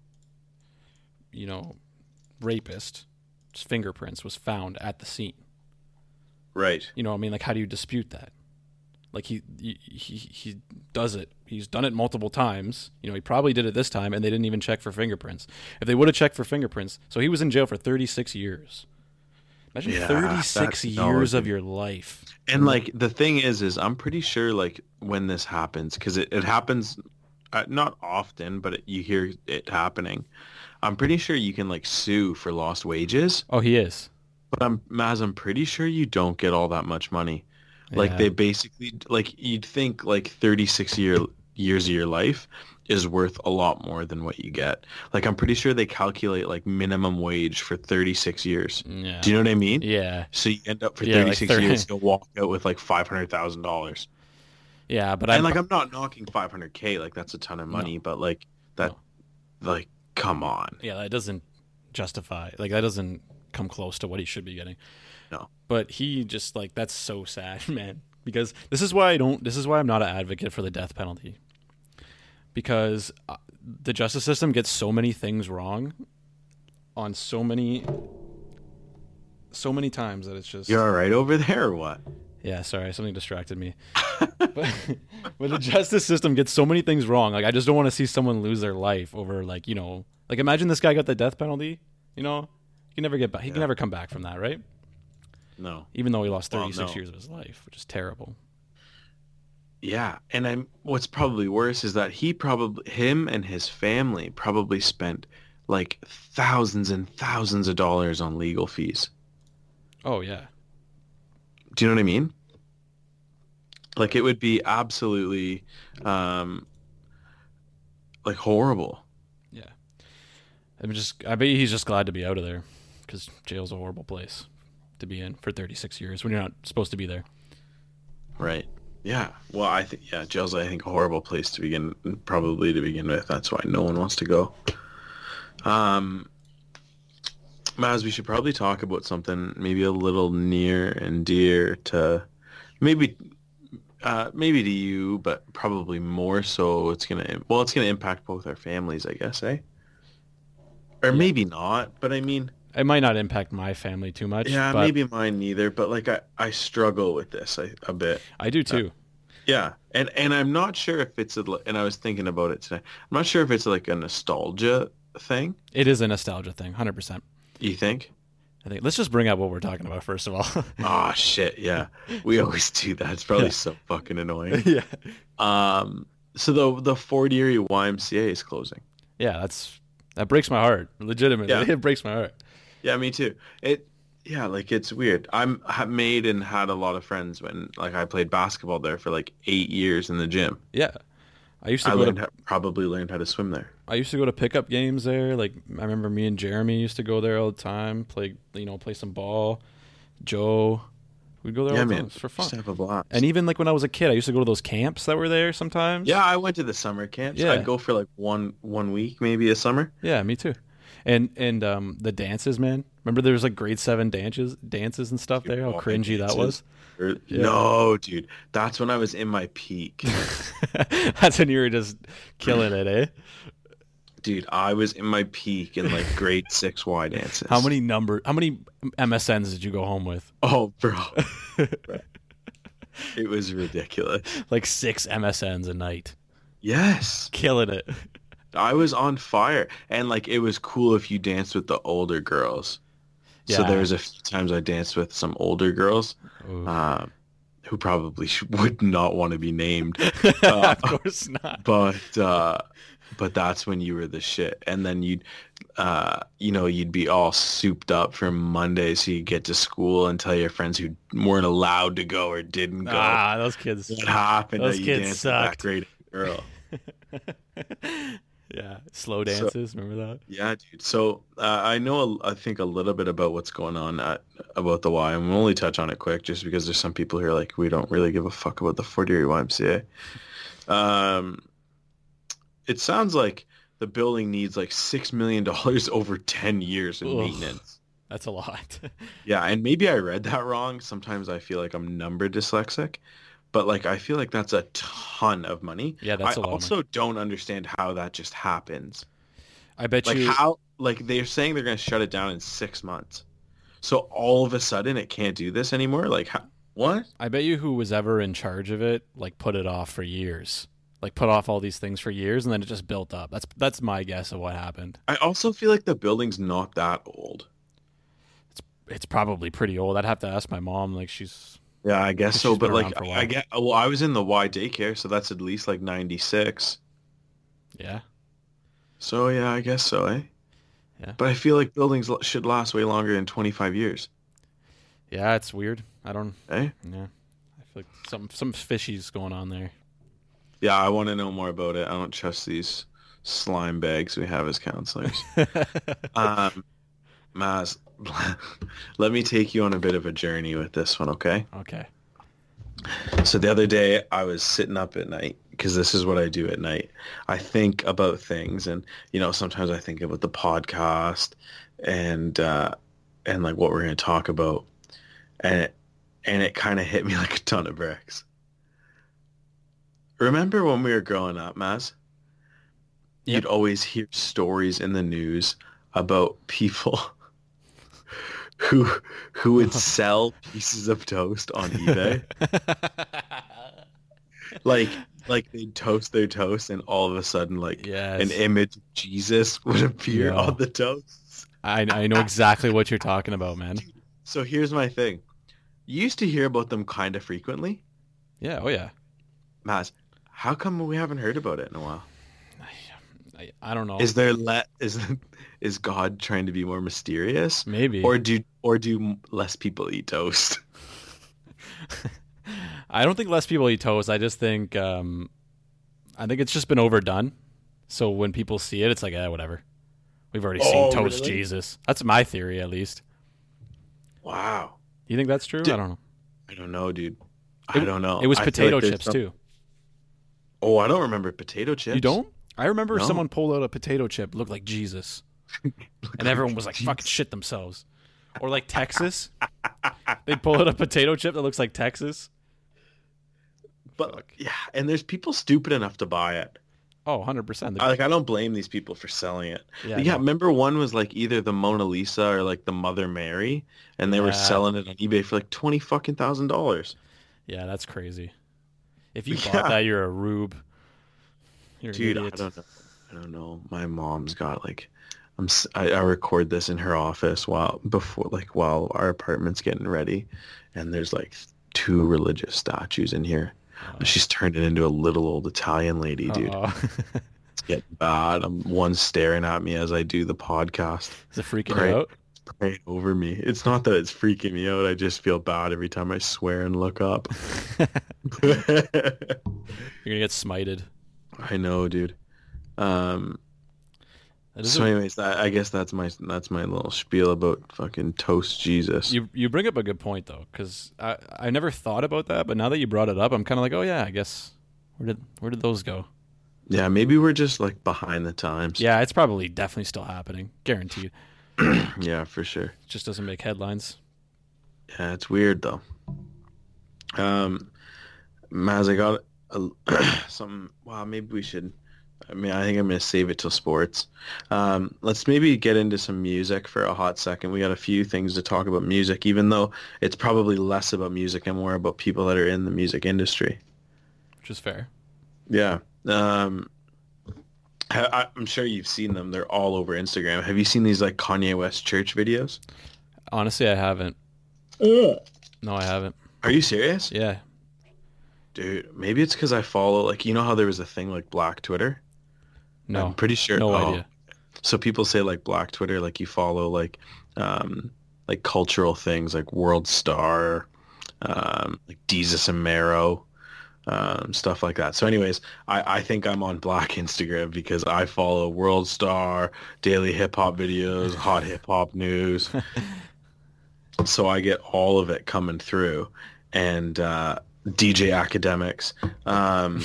Speaker 2: you know, rapist, fingerprints was found at the scene.
Speaker 1: Right.
Speaker 2: You know, what I mean, like, how do you dispute that? Like he he he, he does it. He's done it multiple times. You know, he probably did it this time, and they didn't even check for fingerprints. If they would have checked for fingerprints, so he was in jail for 36 years. Imagine
Speaker 1: Yeah,
Speaker 2: 36
Speaker 1: that's- no,
Speaker 2: years
Speaker 1: it-
Speaker 2: of your life.
Speaker 1: And like the thing is, is I'm pretty sure like when this happens, because it, it happens uh, not often, but it, you hear it happening. I'm pretty sure you can like sue for lost wages,
Speaker 2: Oh, he is.
Speaker 1: but I'm Maz. I'm pretty sure you don't get all that much money. Like
Speaker 2: Yeah.
Speaker 1: they basically like you'd think like 36 year years of your life is worth a lot more than what you get. Like I'm pretty sure they calculate like minimum wage for 36 years.
Speaker 2: Yeah.
Speaker 1: Do you know what I mean?
Speaker 2: yeah.
Speaker 1: So you end up for
Speaker 2: Yeah, like
Speaker 1: 36
Speaker 2: thirty-
Speaker 1: years, you'll walk out with like $500,000.
Speaker 2: Yeah, *laughs* but I'm
Speaker 1: And like I'm not knocking 500k, like that's a ton of money, but like that like come on.
Speaker 2: yeah, that doesn't justify like that doesn't come close to what he should be getting.
Speaker 1: No.
Speaker 2: But he just like that's so sad, *laughs* man. Because this is why I don't this is why I'm not an advocate for the death penalty. Because uh, the justice system gets so many things wrong on so many so many times that it's just
Speaker 1: You're all right over there or what?
Speaker 2: yeah, sorry, something
Speaker 1: *laughs*
Speaker 2: distracted me. but, but the justice system gets so many things wrong. Like I just don't want to see someone lose their life over like you know, like imagine this guy got the death penalty. You know, he can never get back. He can never come back from that, right?
Speaker 1: No.
Speaker 2: Even though he lost
Speaker 1: Well,
Speaker 2: thirty six
Speaker 1: no.
Speaker 2: years of his life, which is terrible.
Speaker 1: Yeah, and I'm what's probably worse is that he probably him and his family probably spent like thousands and thousands of dollars on legal fees.
Speaker 2: Oh yeah,
Speaker 1: Do you know what I mean? Like it would be absolutely um like horrible.
Speaker 2: I'm just. I bet he's just glad to be out of there, because jail's a horrible place to be in for thirty six years when you're not supposed to be there.
Speaker 1: Right. Yeah. Well, I think yeah, jail's I think a horrible place to begin probably to begin with. That's why no one wants to go. Um Maz, we should probably talk about something maybe a little near and dear to maybe uh, maybe to you, but probably more so. It's gonna well, it's gonna impact both our families, I guess, eh? Or maybe not, but I mean,
Speaker 2: It might not impact my family too much.
Speaker 1: yeah,
Speaker 2: but
Speaker 1: maybe mine neither. But like, I I struggle with this I, a bit.
Speaker 2: I do too.
Speaker 1: Yeah, and and I'm not sure if it's a, and I was thinking about it today. I'm not sure if it's like a nostalgia thing.
Speaker 2: It is a nostalgia thing, hundred percent.
Speaker 1: You
Speaker 2: *laughs*
Speaker 1: think?
Speaker 2: I think let's just bring up what we're talking about first of all. *laughs*
Speaker 1: Oh shit, yeah. We always do that. It's probably so fucking *laughs* annoying.
Speaker 2: yeah,
Speaker 1: Um, so the the Fort Erie YMCA is closing.
Speaker 2: yeah. That's that breaks my heart. Legitimately,
Speaker 1: Yeah.
Speaker 2: *laughs* it breaks my heart.
Speaker 1: Yeah, me too. It yeah, like it's weird. I'm ha- made and had a lot of friends when like I played basketball there for like eight years in the gym.
Speaker 2: Yeah, I used to
Speaker 1: I
Speaker 2: go
Speaker 1: learned
Speaker 2: to
Speaker 1: how, probably learned how to swim there.
Speaker 2: I used to go to pickup games there. Like I remember me and Jeremy used to go there all the time. Play you know play some ball. Joe, we'd go there
Speaker 1: yeah,
Speaker 2: all the
Speaker 1: man,
Speaker 2: time Oh, It's for
Speaker 1: Used to
Speaker 2: fun.
Speaker 1: have a blast.
Speaker 2: And even like when I was a kid, I used to go to those camps that were there sometimes.
Speaker 1: yeah, I went to the summer camps.
Speaker 2: Yeah.
Speaker 1: I'd go for like one one week maybe a summer.
Speaker 2: Yeah, me too. And and um the dances, man. Remember there was like grade seven dances dances and stuff there. How
Speaker 1: Oh,
Speaker 2: cringy that
Speaker 1: dances.
Speaker 2: was. *laughs*
Speaker 1: Or,
Speaker 2: Yeah.
Speaker 1: Er, No, dude, that's when I was in my
Speaker 2: *laughs*
Speaker 1: peak.
Speaker 2: That's when you were just killing it, eh?
Speaker 1: dude, I was in my peak in like grade six Y dances.
Speaker 2: How many number how many MSNs did you go home with?
Speaker 1: Oh,
Speaker 2: *laughs*
Speaker 1: bro. it was ridiculous.
Speaker 2: Like six MSNs a night.
Speaker 1: Yes.
Speaker 2: Killing it.
Speaker 1: I was on fire. And like it was cool if you danced with the older girls. So
Speaker 2: Yeah.
Speaker 1: there was a few times I danced with some older girls
Speaker 2: Ooh. *laughs*
Speaker 1: um, who probably *laughs* sh- would not want to be named. Oh.
Speaker 2: of course not.
Speaker 1: But uh, but that's when you were the shit. And then you'd, uh, you know, you'd be all souped up from Monday. So you'd get to school and tell your friends who weren't allowed to go or didn't go.
Speaker 2: Ah, those kids.
Speaker 1: what happened
Speaker 2: Those
Speaker 1: that you
Speaker 2: kids
Speaker 1: danced with that
Speaker 2: sucked.
Speaker 1: great girl.
Speaker 2: *laughs* yeah, slow
Speaker 1: So-
Speaker 2: dances. remember that?
Speaker 1: Yeah, dude. So uh, I know, a, I think a little bit about what's going on at, about the Y. I'm only touch on it quick, just because there's some people here like we don't really give a fuck about the Fort Erie YMCA. Um, it sounds like the building needs like six million dollars *laughs* over ten years in
Speaker 2: Ugh.
Speaker 1: maintenance.
Speaker 2: That's a lot. *laughs*
Speaker 1: Yeah, and maybe I read that wrong. Sometimes I feel like I'm number dyslexic, but like I feel like that's a ton of money.
Speaker 2: yeah, that's
Speaker 1: I
Speaker 2: a lot. of money.
Speaker 1: also don't understand how that just happens.
Speaker 2: I bet
Speaker 1: Like
Speaker 2: you.
Speaker 1: how? Like they're saying they're going to shut it down in six months. So all of a sudden it can't do this anymore. Like how, what?
Speaker 2: I bet you who was ever in charge of it like put it off for years. Like put off all these things for years and then it just built up. That's that's my guess of what happened.
Speaker 1: I also feel like the building's not that old.
Speaker 2: It's probably pretty old. I'd have to ask my mom like she's
Speaker 1: Yeah, I guess
Speaker 2: It's
Speaker 1: so.
Speaker 2: just
Speaker 1: But
Speaker 2: been
Speaker 1: like
Speaker 2: around for
Speaker 1: I
Speaker 2: a while.
Speaker 1: get. Well, I was in the Y daycare, so that's at least like ninety six.
Speaker 2: yeah.
Speaker 1: So yeah, I guess so. Eh.
Speaker 2: Yeah.
Speaker 1: But I feel like buildings l- should last way longer than twenty five years.
Speaker 2: Yeah, it's weird. I don't
Speaker 1: Eh.
Speaker 2: yeah. I feel like some some fishies going on there.
Speaker 1: *laughs* Yeah, I want to know more about it. I don't trust these slime bags we have as counselors. um, Maz, *laughs* let me take you on a bit of a journey with this one, okay?
Speaker 2: okay.
Speaker 1: So the other day I was sitting up at night because this is what I do at night. I think about things and you know sometimes I think about the podcast and uh, and like what we're going to talk about and it, and it kind of hit me *laughs* like a ton of bricks. Remember when we were growing up, Maz? You'd always hear stories in the news about people *laughs* who who would sell pieces of toast on
Speaker 2: *laughs*
Speaker 1: eBay like like they'd toast their toast and all of a sudden like
Speaker 2: yes.
Speaker 1: an image of jesus *laughs* would appear
Speaker 2: Yeah.
Speaker 1: on the toast
Speaker 2: I I know exactly what you're talking about, man.
Speaker 1: so here's my thing you used to hear about them kind of frequently
Speaker 2: Yeah, oh yeah.
Speaker 1: Maz, how come we haven't heard about it in a while
Speaker 2: I, I, I don't know.
Speaker 1: is there let is *laughs* is god trying to be more mysterious
Speaker 2: Maybe.
Speaker 1: or do or do less people eat toast *laughs*
Speaker 2: I don't think less people eat toast. I just think um, I think it's just been overdone. So when people see it, it's like, eh, whatever. We've already
Speaker 1: Oh,
Speaker 2: seen toast
Speaker 1: really?
Speaker 2: Jesus. That's my theory, at least.
Speaker 1: wow
Speaker 2: You think that's true?
Speaker 1: Did-
Speaker 2: I don't know.
Speaker 1: i don't know dude
Speaker 2: It-
Speaker 1: i don't know
Speaker 2: It was
Speaker 1: oh, I feel like
Speaker 2: potato
Speaker 1: there's
Speaker 2: chips
Speaker 1: some-
Speaker 2: too.
Speaker 1: oh i don't remember potato chips
Speaker 2: You don't? I remember
Speaker 1: No. *laughs*
Speaker 2: someone pulled out a potato chip, looked like Jesus. and everyone was like fucking shit themselves. Or like
Speaker 1: *laughs*
Speaker 2: Texas, they pull out a potato chip that looks like Texas.
Speaker 1: But
Speaker 2: Fuck.
Speaker 1: yeah, and there's people stupid enough to buy it.
Speaker 2: Oh, 100%.
Speaker 1: I- Like I don't blame these people for selling it.
Speaker 2: yeah,
Speaker 1: Uh, Yeah,
Speaker 2: no.
Speaker 1: remember one was like either the Mona Lisa or like the Mother Mary, and they were
Speaker 2: Yeah.
Speaker 1: selling it on eBay for like twenty fucking thousand dollars.
Speaker 2: Yeah, that's crazy.
Speaker 1: *laughs*
Speaker 2: If you bought
Speaker 1: Yeah.
Speaker 2: that, you're a rube. You're an
Speaker 1: Dude, I
Speaker 2: idiot.
Speaker 1: don't know. I don't know. My mom's got like, I'm s- I, I record this in her office while before like while our apartment's getting ready, and there's like two religious statues in here.
Speaker 2: Uh,
Speaker 1: And She's turned it into a little old Italian lady, dude.
Speaker 2: uh-oh.
Speaker 1: It's getting bad. I'm one staring at me as I do the podcast,
Speaker 2: *laughs* Is it freaking
Speaker 1: Right.
Speaker 2: you out? *laughs*
Speaker 1: praying over me. It's not that it's freaking me out. I just feel bad every time I swear and look up. *laughs*
Speaker 2: You're gonna get smited.
Speaker 1: I know, dude. Um,
Speaker 2: That is
Speaker 1: so,
Speaker 2: a-
Speaker 1: anyways, that, I guess that's my that's my little spiel about fucking toast Jesus.
Speaker 2: you you bring up a good point though, because I I never thought about that, but now that you brought it up, I'm kind of like, oh yeah, I guess where did where did those go?
Speaker 1: yeah, maybe we're just like behind the times.
Speaker 2: Yeah, it's probably definitely still happening, guaranteed.
Speaker 1: yeah, for sure.
Speaker 2: It just doesn't make headlines.
Speaker 1: Yeah, it's weird though. Um, Maz, I got a, *clears throat* some. Wow, maybe we should. I mean, I think I'm gonna save it till sports. Um, let's maybe get into some music for a hot second. We got a few things to talk about music, even though it's probably less about music and more about people that are in the music industry.
Speaker 2: Which is fair.
Speaker 1: Yeah. Um, I, I- I'm sure you've seen them. They're all over Instagram. Have you seen these like Kanye West church videos?
Speaker 2: Honestly, I haven't. No, I haven't.
Speaker 1: Are you serious?
Speaker 2: Yeah.
Speaker 1: Dude, maybe it's because I follow, like, you know how there was a thing like Black Twitter? I'm
Speaker 2: No.
Speaker 1: pretty sure.
Speaker 2: no
Speaker 1: oh,
Speaker 2: idea.
Speaker 1: So people say like Black Twitter, like you follow like, um, like cultural things like World Star, um, like Jesus and Marrow, um, stuff like that. So anyways, I, I think I'm on Black Instagram because I follow World Star, daily hip hop videos, hot hip hop news. so I get all of it coming through and, uh, DJ academics. Um,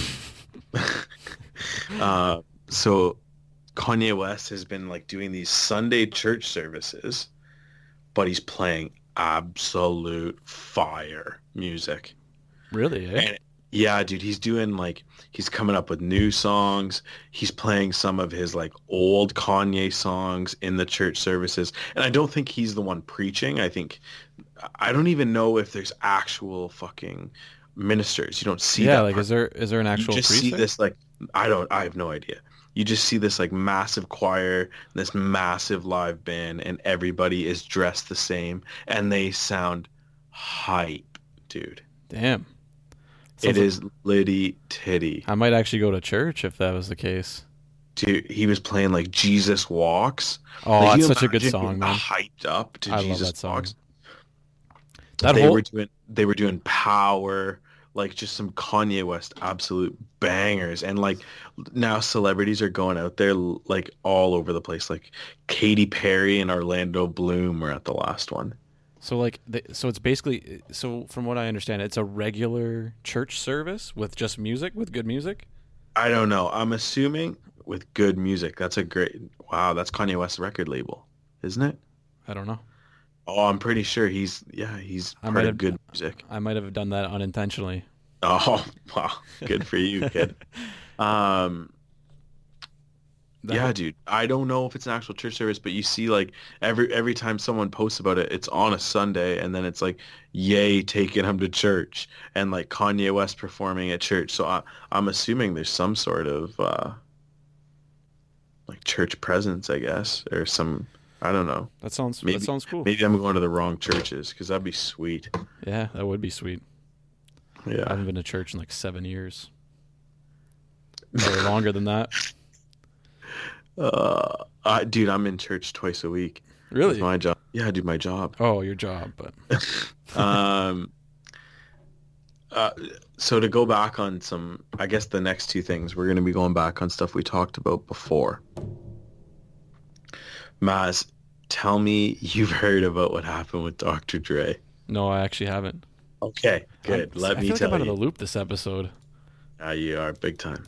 Speaker 1: *laughs* uh, so Kanye West has been like doing these Sunday church services, but he's playing absolute fire music.
Speaker 2: Really? Eh?
Speaker 1: And yeah, dude, he's doing like he's coming up with new songs. He's playing some of his like old Kanye songs in the church services. And I don't think he's the one preaching. I think I don't even know if there's actual fucking ministers. You don't see
Speaker 2: yeah.
Speaker 1: that
Speaker 2: Like,
Speaker 1: part
Speaker 2: is there is there an actual
Speaker 1: you just
Speaker 2: priest
Speaker 1: see
Speaker 2: there?
Speaker 1: this like i don't i have no idea you just see this like massive choir this massive live band and everybody is dressed the same and they sound hype dude
Speaker 2: Damn.
Speaker 1: it
Speaker 2: Sounds like-
Speaker 1: is liddy titty
Speaker 2: I might actually go to church if that was the case.
Speaker 1: dude he was playing like jesus walks
Speaker 2: Oh,
Speaker 1: Like,
Speaker 2: that's
Speaker 1: you
Speaker 2: such a good
Speaker 1: imagine
Speaker 2: song,
Speaker 1: being
Speaker 2: man.
Speaker 1: hyped up to
Speaker 2: I love
Speaker 1: jesus
Speaker 2: that song.
Speaker 1: walks
Speaker 2: That
Speaker 1: they
Speaker 2: whole
Speaker 1: were doing they were doing power like just some Kanye West absolute bangers and like now celebrities are going out there like all over the place like Katy Perry and Orlando Bloom were at the last one.
Speaker 2: so like the, so it's basically so from what I understand, it's a regular church service with just music with good music.
Speaker 1: I don't know. I'm assuming with good music. That's a great wow, that's Kanye West's record label, isn't it?
Speaker 2: I don't know.
Speaker 1: Oh, I'm pretty sure he's yeah, he's
Speaker 2: I
Speaker 1: part
Speaker 2: might
Speaker 1: of
Speaker 2: have-
Speaker 1: good music.
Speaker 2: I might have done that unintentionally.
Speaker 1: Oh, *laughs* wow. Good for you, kid. Um
Speaker 2: That-
Speaker 1: yeah, dude. I don't know if it's an actual church service, but you see, like every every time someone posts about it, it's on a Sunday, and then it's like, "Yay, taking him to church," and like Kanye West performing at church. So I, I'm assuming there's some sort of uh, like church presence, I guess, or some. I don't know.
Speaker 2: that sounds
Speaker 1: maybe-
Speaker 2: that sounds cool.
Speaker 1: Maybe I'm going to the wrong churches because that'd be sweet.
Speaker 2: Yeah, that would be sweet. I
Speaker 1: Yeah.
Speaker 2: haven't been to church in like
Speaker 1: *laughs*
Speaker 2: seven years. Or longer than that.
Speaker 1: Uh, I, dude, I'm in church twice a week. It's
Speaker 2: Really?
Speaker 1: my job. Yeah, I do my job.
Speaker 2: Oh, your job, but
Speaker 1: um, *laughs* uh, so to go back on some, I guess the next two things we're going to be going back on stuff we talked about before. Maz, tell me *laughs* you've heard about what happened with Dr. Dre.
Speaker 2: no, I actually haven't.
Speaker 1: Okay, good.
Speaker 2: I'm-
Speaker 1: Let me
Speaker 2: I feel like
Speaker 1: tell
Speaker 2: I'm out
Speaker 1: you.
Speaker 2: of the loop this episode.
Speaker 1: Ah, you are big time.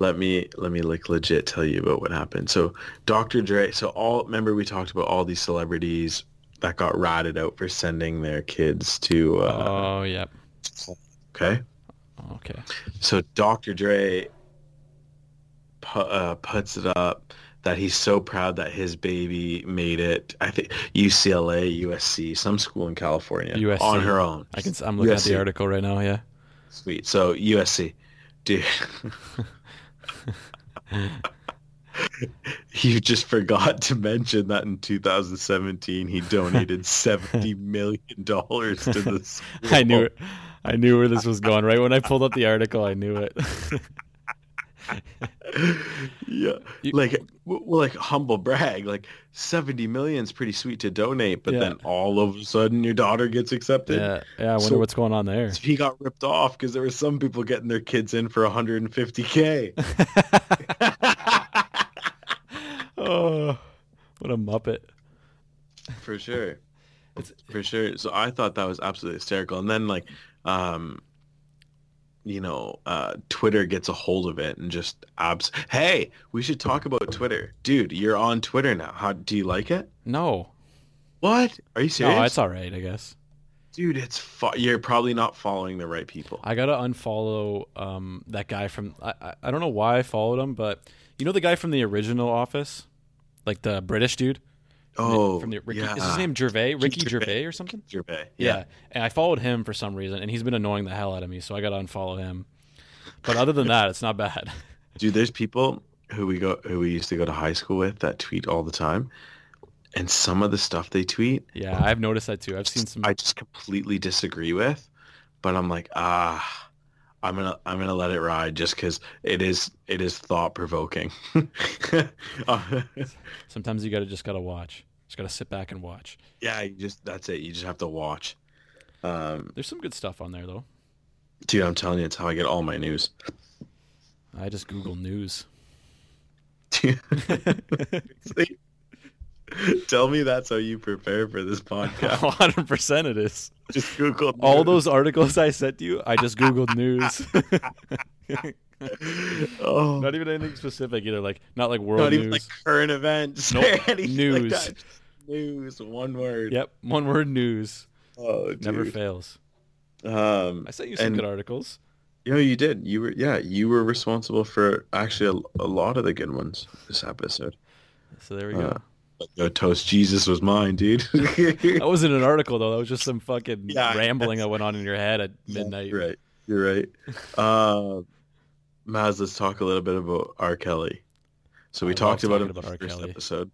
Speaker 1: let me let me like legit tell you about what happened. So Dr. Dre, so all remember we talked about all these celebrities that got ratted out for sending their kids to uh,
Speaker 2: oh yep.
Speaker 1: okay.
Speaker 2: Okay.
Speaker 1: So Dr. Dre pu- uh, puts it up that he's so proud that his baby made it. I think UCLA, USC, some school in California
Speaker 2: USC.
Speaker 1: on her own.
Speaker 2: I can. s- I'm looking at
Speaker 1: USC.
Speaker 2: the article right now. Yeah.
Speaker 1: Sweet. So USC, dude, *laughs* you just forgot to mention that in 2017 he
Speaker 2: *laughs*
Speaker 1: donated 70 million dollars to the school.
Speaker 2: I knew it. I knew where this
Speaker 1: *laughs*
Speaker 2: was going. Right when I pulled up the article, I knew it. *laughs*
Speaker 1: yeah,
Speaker 2: You-
Speaker 1: like w- well, like humble brag. Like 70 million is pretty sweet to donate, but
Speaker 2: Yeah.
Speaker 1: then all of a sudden your daughter gets accepted.
Speaker 2: yeah. Yeah. I wonder
Speaker 1: So-
Speaker 2: what's going
Speaker 1: *laughs*
Speaker 2: on there.
Speaker 1: So he got ripped off because there were some people getting their kids in for
Speaker 2: *laughs*
Speaker 1: 150k.
Speaker 2: oh, what a muppet.
Speaker 1: for sure
Speaker 2: It's-
Speaker 1: for sure so i thought that was absolutely hysterical and then like um you know uh twitter gets a hold of it and just abs hey we should talk about twitter dude you're on twitter now how do you like it
Speaker 2: No.
Speaker 1: what are you serious
Speaker 2: No, it's all right. I guess
Speaker 1: dude it's fo- you're probably not following the right people
Speaker 2: I gotta unfollow um that guy from. I, I I don't know why I followed him, but you know the guy from the original Office, like the British dude. From the-
Speaker 1: oh
Speaker 2: from the Ricky,
Speaker 1: yeah
Speaker 2: is his name Gervais? Ricky
Speaker 1: Gervais.
Speaker 2: Gervais, or something?
Speaker 1: Gervais.
Speaker 2: Yeah.
Speaker 1: yeah
Speaker 2: And I followed him for some reason, and he's been annoying the hell out of me, so I got to unfollow him. But other than that, it's not bad. *laughs*
Speaker 1: dude there's people who we go who we used to go to high school with that tweet all the time and some of the stuff they tweet
Speaker 2: yeah, I've noticed that too. I've seen some.
Speaker 1: I just completely disagree with, but I'm like, ah, I'm gonna I'm gonna let it ride just because it is it is Uh, thought *laughs* provoking.
Speaker 2: sometimes you gotta just gotta watch. Just gotta sit back and watch.
Speaker 1: yeah, you just that's it. You just have to watch. Um,
Speaker 2: There's some good stuff on there though.
Speaker 1: dude, I'm telling you, it's how I get all my news.
Speaker 2: I just
Speaker 1: *laughs*
Speaker 2: Google news.
Speaker 1: Tell me that's how you prepare for this
Speaker 2: *laughs*
Speaker 1: podcast.
Speaker 2: 100% it is.
Speaker 1: Just Google
Speaker 2: All
Speaker 1: news.
Speaker 2: those articles I sent you, I just Googled news.
Speaker 1: *laughs* Oh,
Speaker 2: not even anything specific either. Like not like world
Speaker 1: not
Speaker 2: news.
Speaker 1: even like current events. *laughs* or
Speaker 2: Nope.
Speaker 1: anything
Speaker 2: News.
Speaker 1: Like that. News. One word.
Speaker 2: Yep, one word news
Speaker 1: Oh,
Speaker 2: never
Speaker 1: dude.
Speaker 2: fails.
Speaker 1: Um,
Speaker 2: I sent you some
Speaker 1: And-
Speaker 2: good articles.
Speaker 1: you know, you did. You were, yeah, you were responsible for actually a, a lot of the good ones this episode.
Speaker 2: So there we go.
Speaker 1: Uh, Like, Yo, toast Jesus was mine, dude. *laughs*
Speaker 2: That wasn't an article though. That was just some fucking
Speaker 1: Yeah,
Speaker 2: rambling that went on in your head at midnight.
Speaker 1: You're right. You're
Speaker 2: *laughs*
Speaker 1: right. Uh, Maz, let's talk a little bit about R. Kelly. So we
Speaker 2: I
Speaker 1: talked about
Speaker 2: love
Speaker 1: him in
Speaker 2: talking
Speaker 1: the
Speaker 2: about R.
Speaker 1: first
Speaker 2: Kelly.
Speaker 1: episode,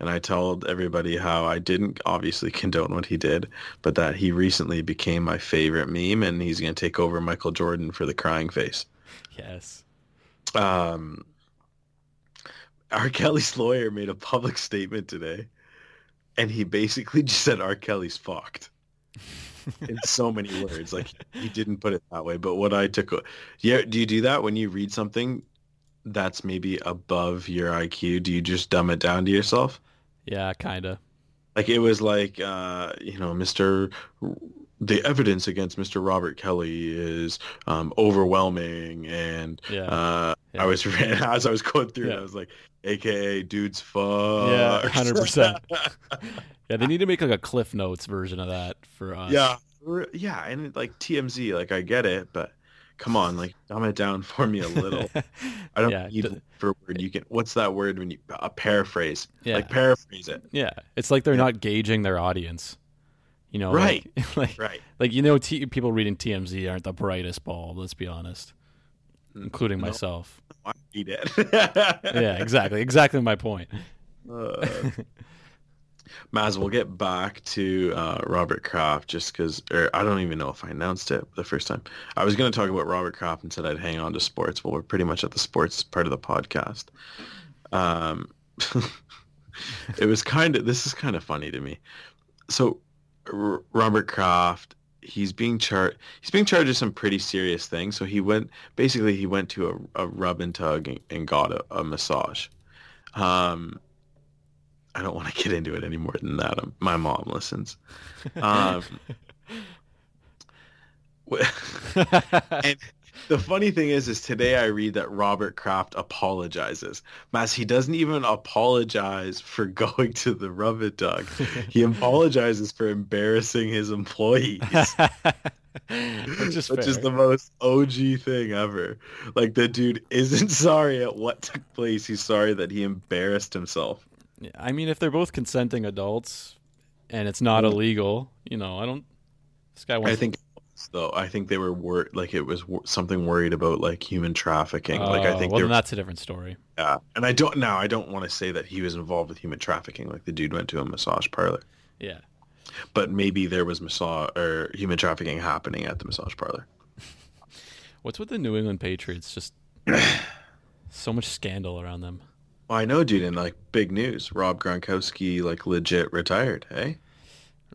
Speaker 1: and I told everybody how I didn't obviously condone what he did, but that he recently became my favorite meme, and he's going to take over Michael Jordan for the crying face. *laughs*
Speaker 2: Yes.
Speaker 1: um, R. Kelly's lawyer made a public statement today, and he basically *laughs* just said R. Kelly's fucked in so many words.
Speaker 2: *laughs*
Speaker 1: Like he didn't put it that way, but what I took, yeah, do you do that when you read something that's maybe above your IQ? Do you just dumb it down to yourself?
Speaker 2: Yeah, kinda.
Speaker 1: Like it was like, uh, you know, Mr. The evidence against Mr. Robert Kelly is um, overwhelming, and
Speaker 2: Yeah.
Speaker 1: uh,
Speaker 2: Yeah.
Speaker 1: I was *laughs* as I was going through it,
Speaker 2: Yeah.
Speaker 1: I was like, AKA dudes fuck. *laughs*
Speaker 2: yeah, hundred percent. Yeah, they need to make like a Cliff Notes version of that for us.
Speaker 1: yeah. We're- Yeah, and like TMZ, like I get it, but come on, like dumb it down *laughs* for me a
Speaker 2: *laughs*
Speaker 1: little. I don't
Speaker 2: Yeah,
Speaker 1: need
Speaker 2: d-
Speaker 1: for word. You can what's that word when you a paraphrase?
Speaker 2: Yeah.
Speaker 1: Like paraphrase it.
Speaker 2: yeah. It's like they're
Speaker 1: Yeah.
Speaker 2: not gauging their audience. You know,
Speaker 1: Right.
Speaker 2: Like, *laughs* like,
Speaker 1: Right.
Speaker 2: like, you know, t- people reading TMZ aren't the brightest bulb. Let's be honest,
Speaker 1: Mm,
Speaker 2: including
Speaker 1: no. *laughs*
Speaker 2: myself.
Speaker 1: I need it. yeah.
Speaker 2: Yeah, exactly, exactly my point.
Speaker 1: Uh, Maz, we'll get back to uh, Robert Kraft just because, or I don't even know if I announced it the first time. I was going to talk about Robert Kraft and said I'd hang on to sports. Well, we're pretty much at the sports part of the podcast. Um, *laughs* it was kind of, this is kind of funny to me. So R- Robert Kraft, he's being charged, he's being charged with some pretty serious things. So he went, basically he went to a, a rub and tug and, and got a, a massage. Um, I don't want to get into it any more than that. Um, my mom
Speaker 2: *laughs*
Speaker 1: listens. Um, wh- and *laughs* The funny thing is, is today I read that Robert Kraft apologizes. Mass, he doesn't even apologize for *laughs* going to the rub it dug. He apologizes for embarrassing his employees,
Speaker 2: *laughs* Which is
Speaker 1: which is
Speaker 2: fair.
Speaker 1: the most OG thing ever. Like the dude isn't *laughs* sorry at what took place. He's sorry that he embarrassed himself.
Speaker 2: Yeah, I mean, if they're both consenting adults and it's not illegal, you know, I don't. This guy wants.
Speaker 1: Mm-hmm. I think though I think they were wor- like it was wor- something worried about like human trafficking.
Speaker 2: Uh,
Speaker 1: like I think
Speaker 2: well,
Speaker 1: they
Speaker 2: then
Speaker 1: were
Speaker 2: that's a different story.
Speaker 1: Yeah, and I don't now. I don't want to say that he was involved with human trafficking. Like the dude went to a massage parlor,
Speaker 2: Yeah.
Speaker 1: but maybe there was massage or human trafficking happening at the massage parlor.
Speaker 2: What's with the New England
Speaker 1: *clears throat*
Speaker 2: Patriots? Just so much scandal around them.
Speaker 1: Well, I know, dude, and like big news. Rob Gronkowski like legit retired. Hey,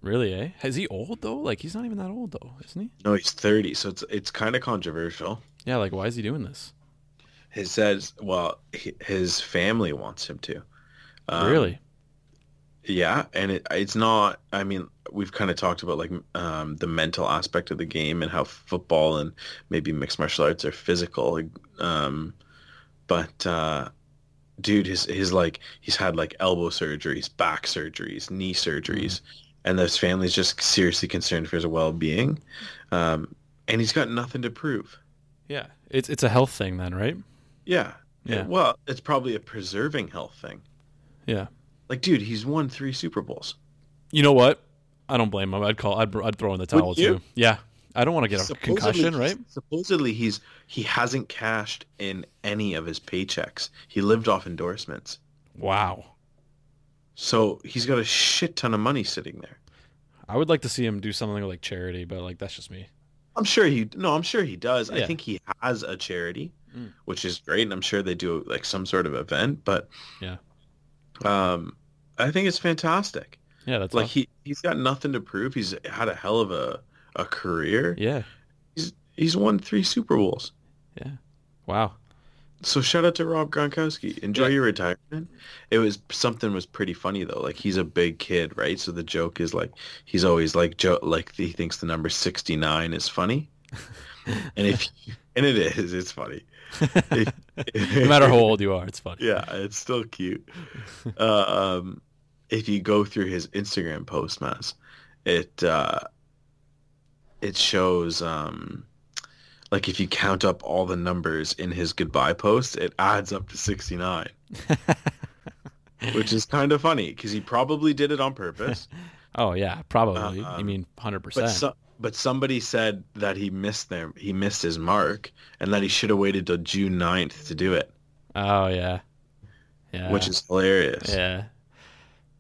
Speaker 2: Really, eh? Is he old though? Like he's not even that old though, isn't he?
Speaker 1: no, he's thirty, so it's it's kind of controversial.
Speaker 2: Yeah. Like why is he doing this?
Speaker 1: He says, well, hi- his family wants him to. Um,
Speaker 2: really?
Speaker 1: Yeah, and it, it's not. I mean, we've kind of talked about like um, the mental aspect of the game and how football and maybe mixed martial arts are physical. Um, but uh, dude, his his like he's had like elbow surgeries, back surgeries, knee surgeries, and his family's just seriously concerned for his well being. Um, and he's got nothing to prove.
Speaker 2: Yeah. It's it's a health thing then, right?
Speaker 1: Yeah.
Speaker 2: Yeah.
Speaker 1: Well, it's probably a preserving health thing.
Speaker 2: Yeah.
Speaker 1: Like, dude, he's won three Super Bowls.
Speaker 2: You know what? I don't blame him. I'd call. I'd, I'd throw in the towel
Speaker 1: Would you?
Speaker 2: too. Yeah. I don't want to get a concussion, right?
Speaker 1: Supposedly he's he hasn't cashed in any of his paychecks. He lived off endorsements.
Speaker 2: Wow.
Speaker 1: So he's got a shit ton of money sitting there.
Speaker 2: I would like to see him do something like charity, but like that's just me.
Speaker 1: I'm sure he no, I'm sure he does.
Speaker 2: Yeah.
Speaker 1: I think he has a charity,
Speaker 2: Mm.
Speaker 1: which is great, and I'm sure they do like some sort of event, but
Speaker 2: Yeah.
Speaker 1: Um I think it's fantastic.
Speaker 2: Yeah, that's
Speaker 1: Like
Speaker 2: awesome.
Speaker 1: he he's got nothing to prove. He's had a hell of a a career.
Speaker 2: yeah.
Speaker 1: He's he's won 3 Super Bowls. *laughs*
Speaker 2: Wow. *laughs*
Speaker 1: So shout out to Rob Gronkowski. Enjoy
Speaker 2: Yeah.
Speaker 1: your retirement. It was something was pretty funny though. Like he's a big kid, right? So the joke is like he's always like jo- like he thinks the number 69 is funny. And if *laughs* and it is, it's funny.
Speaker 2: no matter how old you are, it's
Speaker 1: *laughs*
Speaker 2: funny.
Speaker 1: Yeah, it's still cute. Uh, um, if you go through his Instagram post, Mass, it uh, it shows um, like if you count up all the numbers in his goodbye post, it adds up to sixty nine,
Speaker 2: *laughs*
Speaker 1: which is kind of funny because he probably did it on
Speaker 2: *laughs*
Speaker 1: purpose.
Speaker 2: oh yeah, probably.
Speaker 1: Uh,
Speaker 2: I mean, hundred percent.
Speaker 1: But so, but somebody said that he missed their he missed his mark and that he should have waited till June 9th to do it,
Speaker 2: Oh yeah, yeah.
Speaker 1: which is hilarious.
Speaker 2: yeah.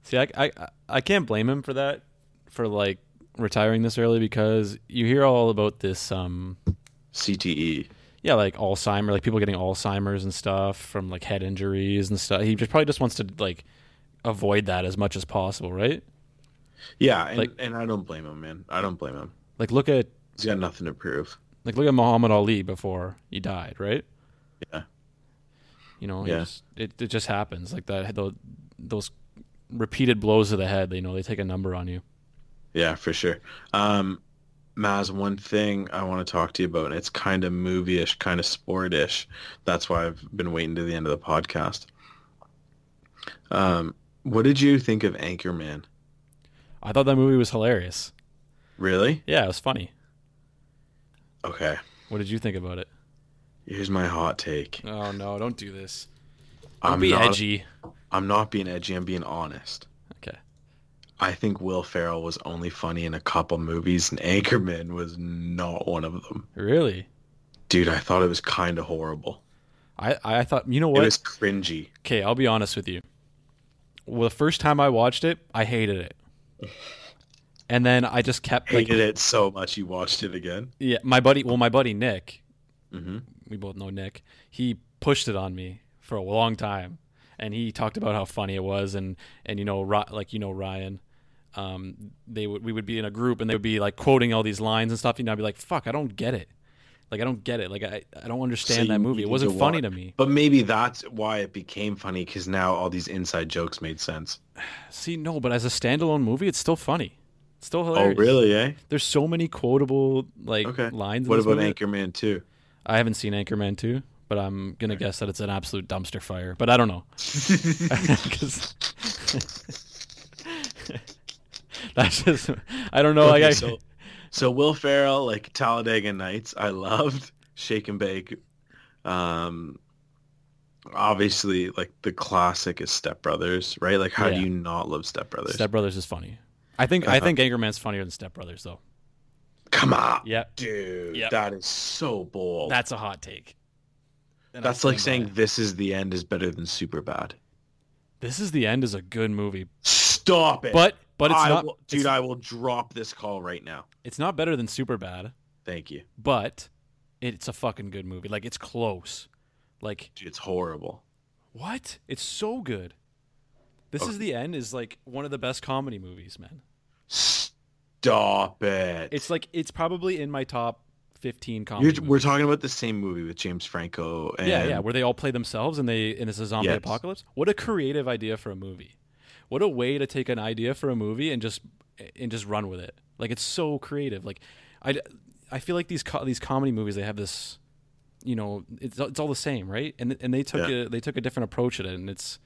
Speaker 2: See, I, I I can't blame him for that, for like retiring this early because you hear all about this um
Speaker 1: CTE.
Speaker 2: yeah like Alzheimer like people getting Alzheimer's and stuff from like head injuries and stuff. He just probably just wants to like avoid that as much as possible, right?
Speaker 1: Yeah, and,
Speaker 2: Like-
Speaker 1: and I don't blame him, man. I don't blame him.
Speaker 2: Like look at
Speaker 1: He's got nothing to prove.
Speaker 2: Like look at Muhammad Ali before he died, right?
Speaker 1: Yeah.
Speaker 2: You know, he
Speaker 1: Yeah.
Speaker 2: just- it it just happens like that. tho- Those repeated blows to the head, you know, they take a number on you.
Speaker 1: Yeah, for sure. Um, Maz, one thing I want to talk to you about, and it's kind of movie-ish, kind of sport-ish. That's why I've been waiting to the end of the podcast. Um, what did you think of Anchorman?
Speaker 2: I thought that movie was hilarious.
Speaker 1: Really?
Speaker 2: Yeah, it was funny.
Speaker 1: Okay.
Speaker 2: What did you think about it?
Speaker 1: Here's my hot take.
Speaker 2: Oh no, don't do this. Don't
Speaker 1: I'm
Speaker 2: be
Speaker 1: not,
Speaker 2: edgy.
Speaker 1: I'm not being edgy. I'm being honest.
Speaker 2: Okay.
Speaker 1: I think Will Ferrell was only funny in a couple movies, and Anchorman was not one of them.
Speaker 2: Really?
Speaker 1: Dude, I thought it was kind of horrible.
Speaker 2: I I thought you know
Speaker 1: It
Speaker 2: what?
Speaker 1: was cringy.
Speaker 2: Okay, I'll be honest with you. Well, the first time I watched it, I hated it. And then I just kept like
Speaker 1: Hated it so much. You watched it again.
Speaker 2: yeah, my buddy, well my buddy Nick,
Speaker 1: hmm
Speaker 2: we both know Nick, he pushed it on me for a long time, and he talked about how funny it was, and and you know, Ri- like you know Ryan, um, they would we would be in a group and they would be like quoting all these lines and stuff, and I'd be like, fuck, I don't get it, like I don't get it, like I I don't understand
Speaker 1: you
Speaker 2: that movie. It
Speaker 1: needed
Speaker 2: wasn't
Speaker 1: to
Speaker 2: funny
Speaker 1: watch-
Speaker 2: to me.
Speaker 1: But maybe that's why it became funny because now all these inside jokes made sense.
Speaker 2: See, no, but as a standalone movie, it's still funny, it's still hilarious.
Speaker 1: Oh, really? Eh?
Speaker 2: There's so many quotable like
Speaker 1: Okay.
Speaker 2: lines. in
Speaker 1: What
Speaker 2: this
Speaker 1: about
Speaker 2: movie.
Speaker 1: Anchorman 2?
Speaker 2: I haven't seen Anchorman 2, but I'm going to guess that it's an absolute dumpster fire. But I
Speaker 1: *laughs*
Speaker 2: don't know. *laughs* 'Cause- *laughs* that's just, I don't know. Like, I,
Speaker 1: so, so Will Ferrell, like Talladega Nights, I loved Shake and Bake. Um, obviously, like the classic is Step Brothers, right? Like, how do
Speaker 2: Yeah.
Speaker 1: you not love Step Brothers?
Speaker 2: *laughs* Step Brothers is funny. I think
Speaker 1: Uh-huh.
Speaker 2: I think Anchorman's funnier than Step Brothers though.
Speaker 1: Come on,
Speaker 2: Yeah,
Speaker 1: dude,
Speaker 2: Yep.
Speaker 1: that is so bold.
Speaker 2: that's a hot take. And I
Speaker 1: That's like
Speaker 2: stand by
Speaker 1: saying this is the end is better than super bad.
Speaker 2: it. this is the end is a good movie,
Speaker 1: Stop it.
Speaker 2: but but it's
Speaker 1: I
Speaker 2: not
Speaker 1: will, dude,
Speaker 2: it's,
Speaker 1: I will drop this call right now.
Speaker 2: it's not better than Superbad,
Speaker 1: Thank you.
Speaker 2: but it's a fucking good movie. Like it's close. Like
Speaker 1: Dude, it's horrible.
Speaker 2: what? It's so good. This
Speaker 1: Okay.
Speaker 2: is the end is like one of the best comedy movies, man.
Speaker 1: Stop it.
Speaker 2: It's like it's probably in my top fifteen comedy.
Speaker 1: You're,
Speaker 2: movies.
Speaker 1: we're talking about the same movie with James Franco. And
Speaker 2: Yeah, yeah, where they all play themselves and they and it's a zombie
Speaker 1: Yes.
Speaker 2: apocalypse. What a creative idea for a movie. What a way to take an idea for a movie and just and just run with it. Like it's so creative. Like I I feel like these co- these comedy movies they have this you know, it's it's all the same, right? And and they took a they took a different approach at it and it's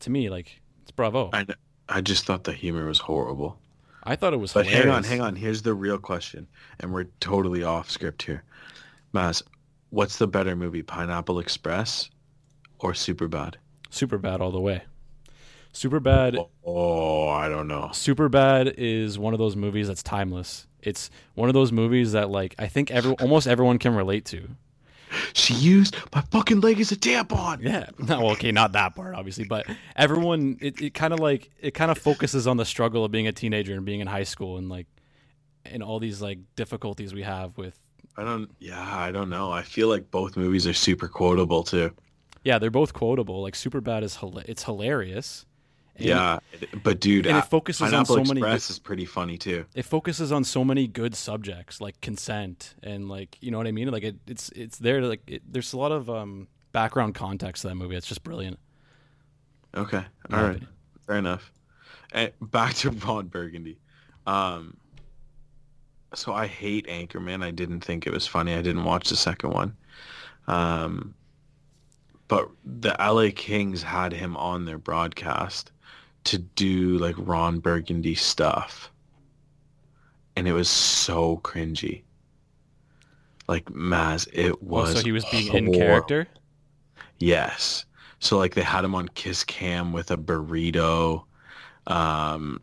Speaker 2: to me like it's bravo. I,
Speaker 1: I, kn- I just thought the humor was horrible.
Speaker 2: thought it was
Speaker 1: But
Speaker 2: hilarious.
Speaker 1: hang on, hang on. Here's the real question, and we're totally off script here. Maz, what's the better movie, Pineapple Express or Superbad?
Speaker 2: Super bad all the way. Super bad
Speaker 1: Oh, I don't know.
Speaker 2: Superbad is one of those movies that's timeless. It's one of those movies that like I think every almost everyone can relate to.
Speaker 1: She used my fucking leg as a tampon.
Speaker 2: Yeah. *laughs* No, well, okay, not that part obviously, but everyone it, it kind of like it kind of focuses on the struggle of being a teenager and being in high school and like and all these like difficulties we have with
Speaker 1: I don't. Yeah, I don't know. I feel like both movies are super quotable too.
Speaker 2: Yeah, they're both quotable. Like Superbad is hila- it's hilarious. And
Speaker 1: yeah, it- but dude,
Speaker 2: and it
Speaker 1: uh,
Speaker 2: focuses on
Speaker 1: Pineapple
Speaker 2: so
Speaker 1: Express
Speaker 2: many good-
Speaker 1: is pretty funny too.
Speaker 2: it focuses on so many good subjects like consent and like you know what I mean. Like it, it's it's there. to, Like it, there's a lot of um, background context to that movie. It's just brilliant.
Speaker 1: Okay,
Speaker 2: my
Speaker 1: all right,
Speaker 2: opinion.
Speaker 1: fair enough. And back to *laughs* Ron Burgundy. Um, so I hate Anchorman. I didn't think it was funny. I didn't watch the second one. Um, but the LA Kings had him on their broadcast to do like Ron Burgundy stuff. And it was so cringy. Like Maz, it was.
Speaker 2: oh, so he was being in
Speaker 1: horrible.
Speaker 2: character.
Speaker 1: Yes. So like they had him on Kiss Cam with a burrito. Um,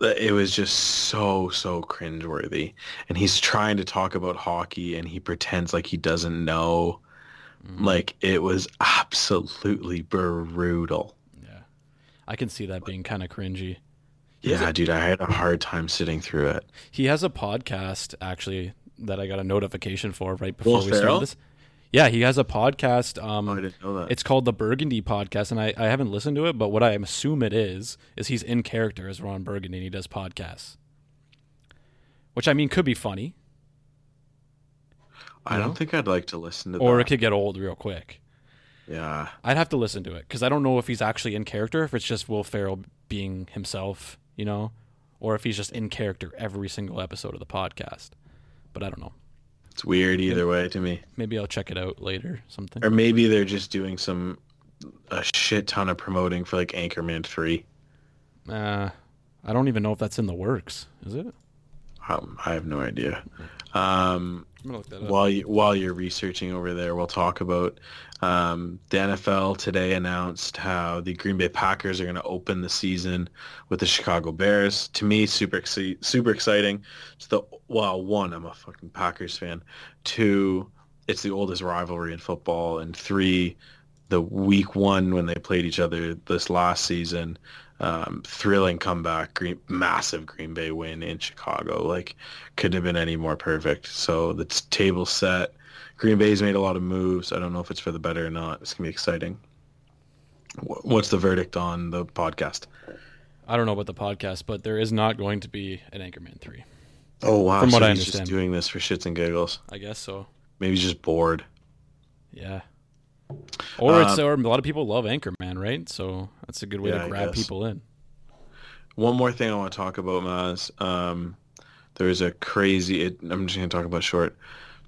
Speaker 1: it was just so so cringeworthy, and he's trying to talk about hockey, and he pretends like he doesn't know. Like it was absolutely brutal.
Speaker 2: Yeah, I can see that being kind of cringy.
Speaker 1: Yeah, dude, I had a hard time sitting through it.
Speaker 2: He has a podcast actually that I got a notification for right before
Speaker 1: Will
Speaker 2: we
Speaker 1: Ferrell?
Speaker 2: started this. Yeah, he has a podcast. Um,
Speaker 1: Oh, I didn't know that.
Speaker 2: It's called the Burgundy Podcast, and I, I haven't listened to it, but what I assume it is is he's in character as Ron Burgundy and he does podcasts, which I mean could be funny,
Speaker 1: I
Speaker 2: no.
Speaker 1: don't think I'd like to listen to
Speaker 2: or it
Speaker 1: that.
Speaker 2: could get old real quick.
Speaker 1: Yeah.
Speaker 2: I'd have to listen to it because I don't know if he's actually in character, if it's just Will Ferrell being himself, you know, or if he's just in character every single episode of the podcast. But I don't know.
Speaker 1: It's weird either way to me.
Speaker 2: Maybe I'll check it out later. Something.
Speaker 1: Or maybe they're just doing some a shit ton of promoting for like Anchorman three.
Speaker 2: Uh, I don't even know if that's in the works. Is it? I'm
Speaker 1: Um, I have no idea. Um,
Speaker 2: gonna look that up.
Speaker 1: while you, while you're researching over there, we'll talk about um, the NFL today announced how the Green Bay Packers are going to open the season with the Chicago Bears. To me, super exci- super exciting. It's the well, one, I'm a fucking Packers fan. Two, it's the oldest rivalry in football, and three, the week one when they played each other this last season. Um, thrilling comeback, green, massive Green Bay win in Chicago. Like couldn't have been any more perfect. So the t- table set. Green Bay's made a lot of moves. I don't know if it's for the better or not. It's gonna be exciting. Wh- What's the verdict on the podcast?
Speaker 2: I don't know about the podcast, but there is not going to be an Anchorman three.
Speaker 1: Oh wow!
Speaker 2: From what
Speaker 1: so
Speaker 2: I
Speaker 1: he's
Speaker 2: understand.
Speaker 1: just doing this for shits and giggles.
Speaker 2: I guess so.
Speaker 1: Maybe he's just bored.
Speaker 2: Yeah. Or it's or a lot of people love Anchorman, right? So that's a good way
Speaker 1: Um, Yeah,
Speaker 2: to
Speaker 1: I
Speaker 2: grab
Speaker 1: guess.
Speaker 2: people in.
Speaker 1: One more thing I want to talk about, Maz. Um, there is a crazy. It, I'm just gonna talk about short.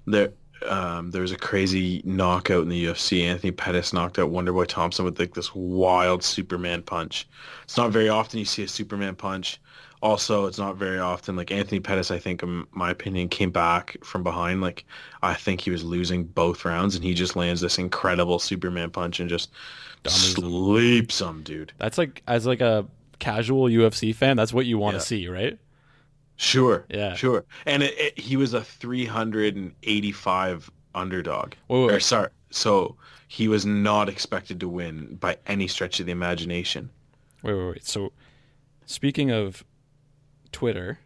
Speaker 1: there um, there was a crazy knockout in the UFC. Anthony Pettis knocked out Wonderboy Thompson with like this wild Superman punch. It's not very often you see a Superman punch. Also, it's not very often like Anthony Pettis. I think, in my opinion, came back from behind. Like I think he was losing both rounds, and he just lands this incredible Superman punch and just
Speaker 2: Dominoes him.
Speaker 1: sleeps him, dude.
Speaker 2: That's like as like a casual UFC fan, that's what you want
Speaker 1: Yeah.
Speaker 2: to see, right?
Speaker 1: Sure,
Speaker 2: Yeah.
Speaker 1: sure. And it, it, he was a 385 underdog.
Speaker 2: Wait, wait,
Speaker 1: Or
Speaker 2: wait.
Speaker 1: sorry, so he was not expected to win by any stretch of the imagination.
Speaker 2: Wait, wait, wait. So, speaking of Twitter,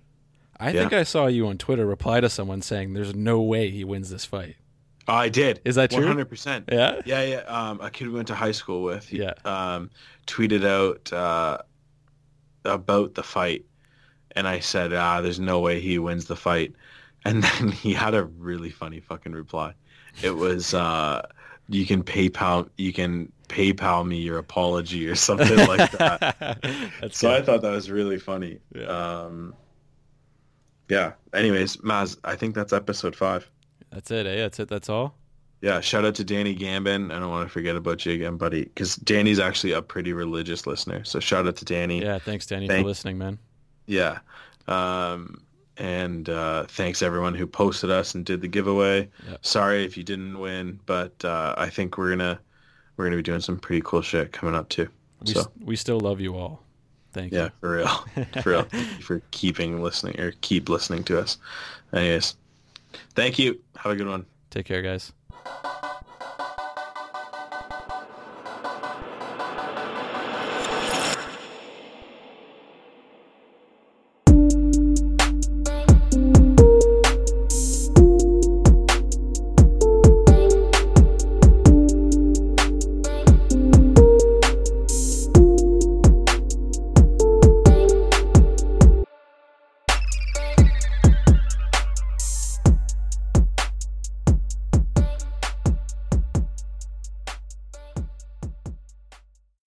Speaker 2: I
Speaker 1: Yeah.
Speaker 2: think I saw you on Twitter reply to someone saying there's no way he wins this fight.
Speaker 1: I did.
Speaker 2: Is that true?
Speaker 1: 100%.
Speaker 2: Yeah.
Speaker 1: Yeah, yeah. Um, a kid we went to high school with. he,
Speaker 2: Yeah.
Speaker 1: Um, tweeted out uh, about the fight, and I said, "Ah, there's no way he wins the fight." *laughs* And then he had a really funny fucking reply. It was, uh, "You can PayPal, you can PayPal me your apology or something
Speaker 2: *laughs*
Speaker 1: like that."
Speaker 2: That's
Speaker 1: So I
Speaker 2: good.
Speaker 1: thought that was really funny.
Speaker 2: Yeah.
Speaker 1: Um, yeah. Anyways, Maz, I think that's episode five.
Speaker 2: That's it, eh? That's it. That's all.
Speaker 1: Yeah, shout out to Danny Gambin. I don't want to forget about you again, buddy, because Danny's actually a pretty religious listener. So shout out to Danny.
Speaker 2: Yeah. Thanks, Danny,
Speaker 1: Thank-
Speaker 2: for listening, man.
Speaker 1: Yeah. Um, and uh, thanks everyone who posted us and did the giveaway.
Speaker 2: Yeah.
Speaker 1: Sorry if you didn't win, but uh, I think we're gonna we're gonna be doing some pretty cool shit coming up too.
Speaker 2: We,
Speaker 1: so
Speaker 2: s- we still love you all. Thank
Speaker 1: yeah, for
Speaker 2: *laughs*
Speaker 1: real, for real, Thank you for keeping listening or keep listening to us. Anyways, thank you. Have a good one.
Speaker 2: you. Take care, guys.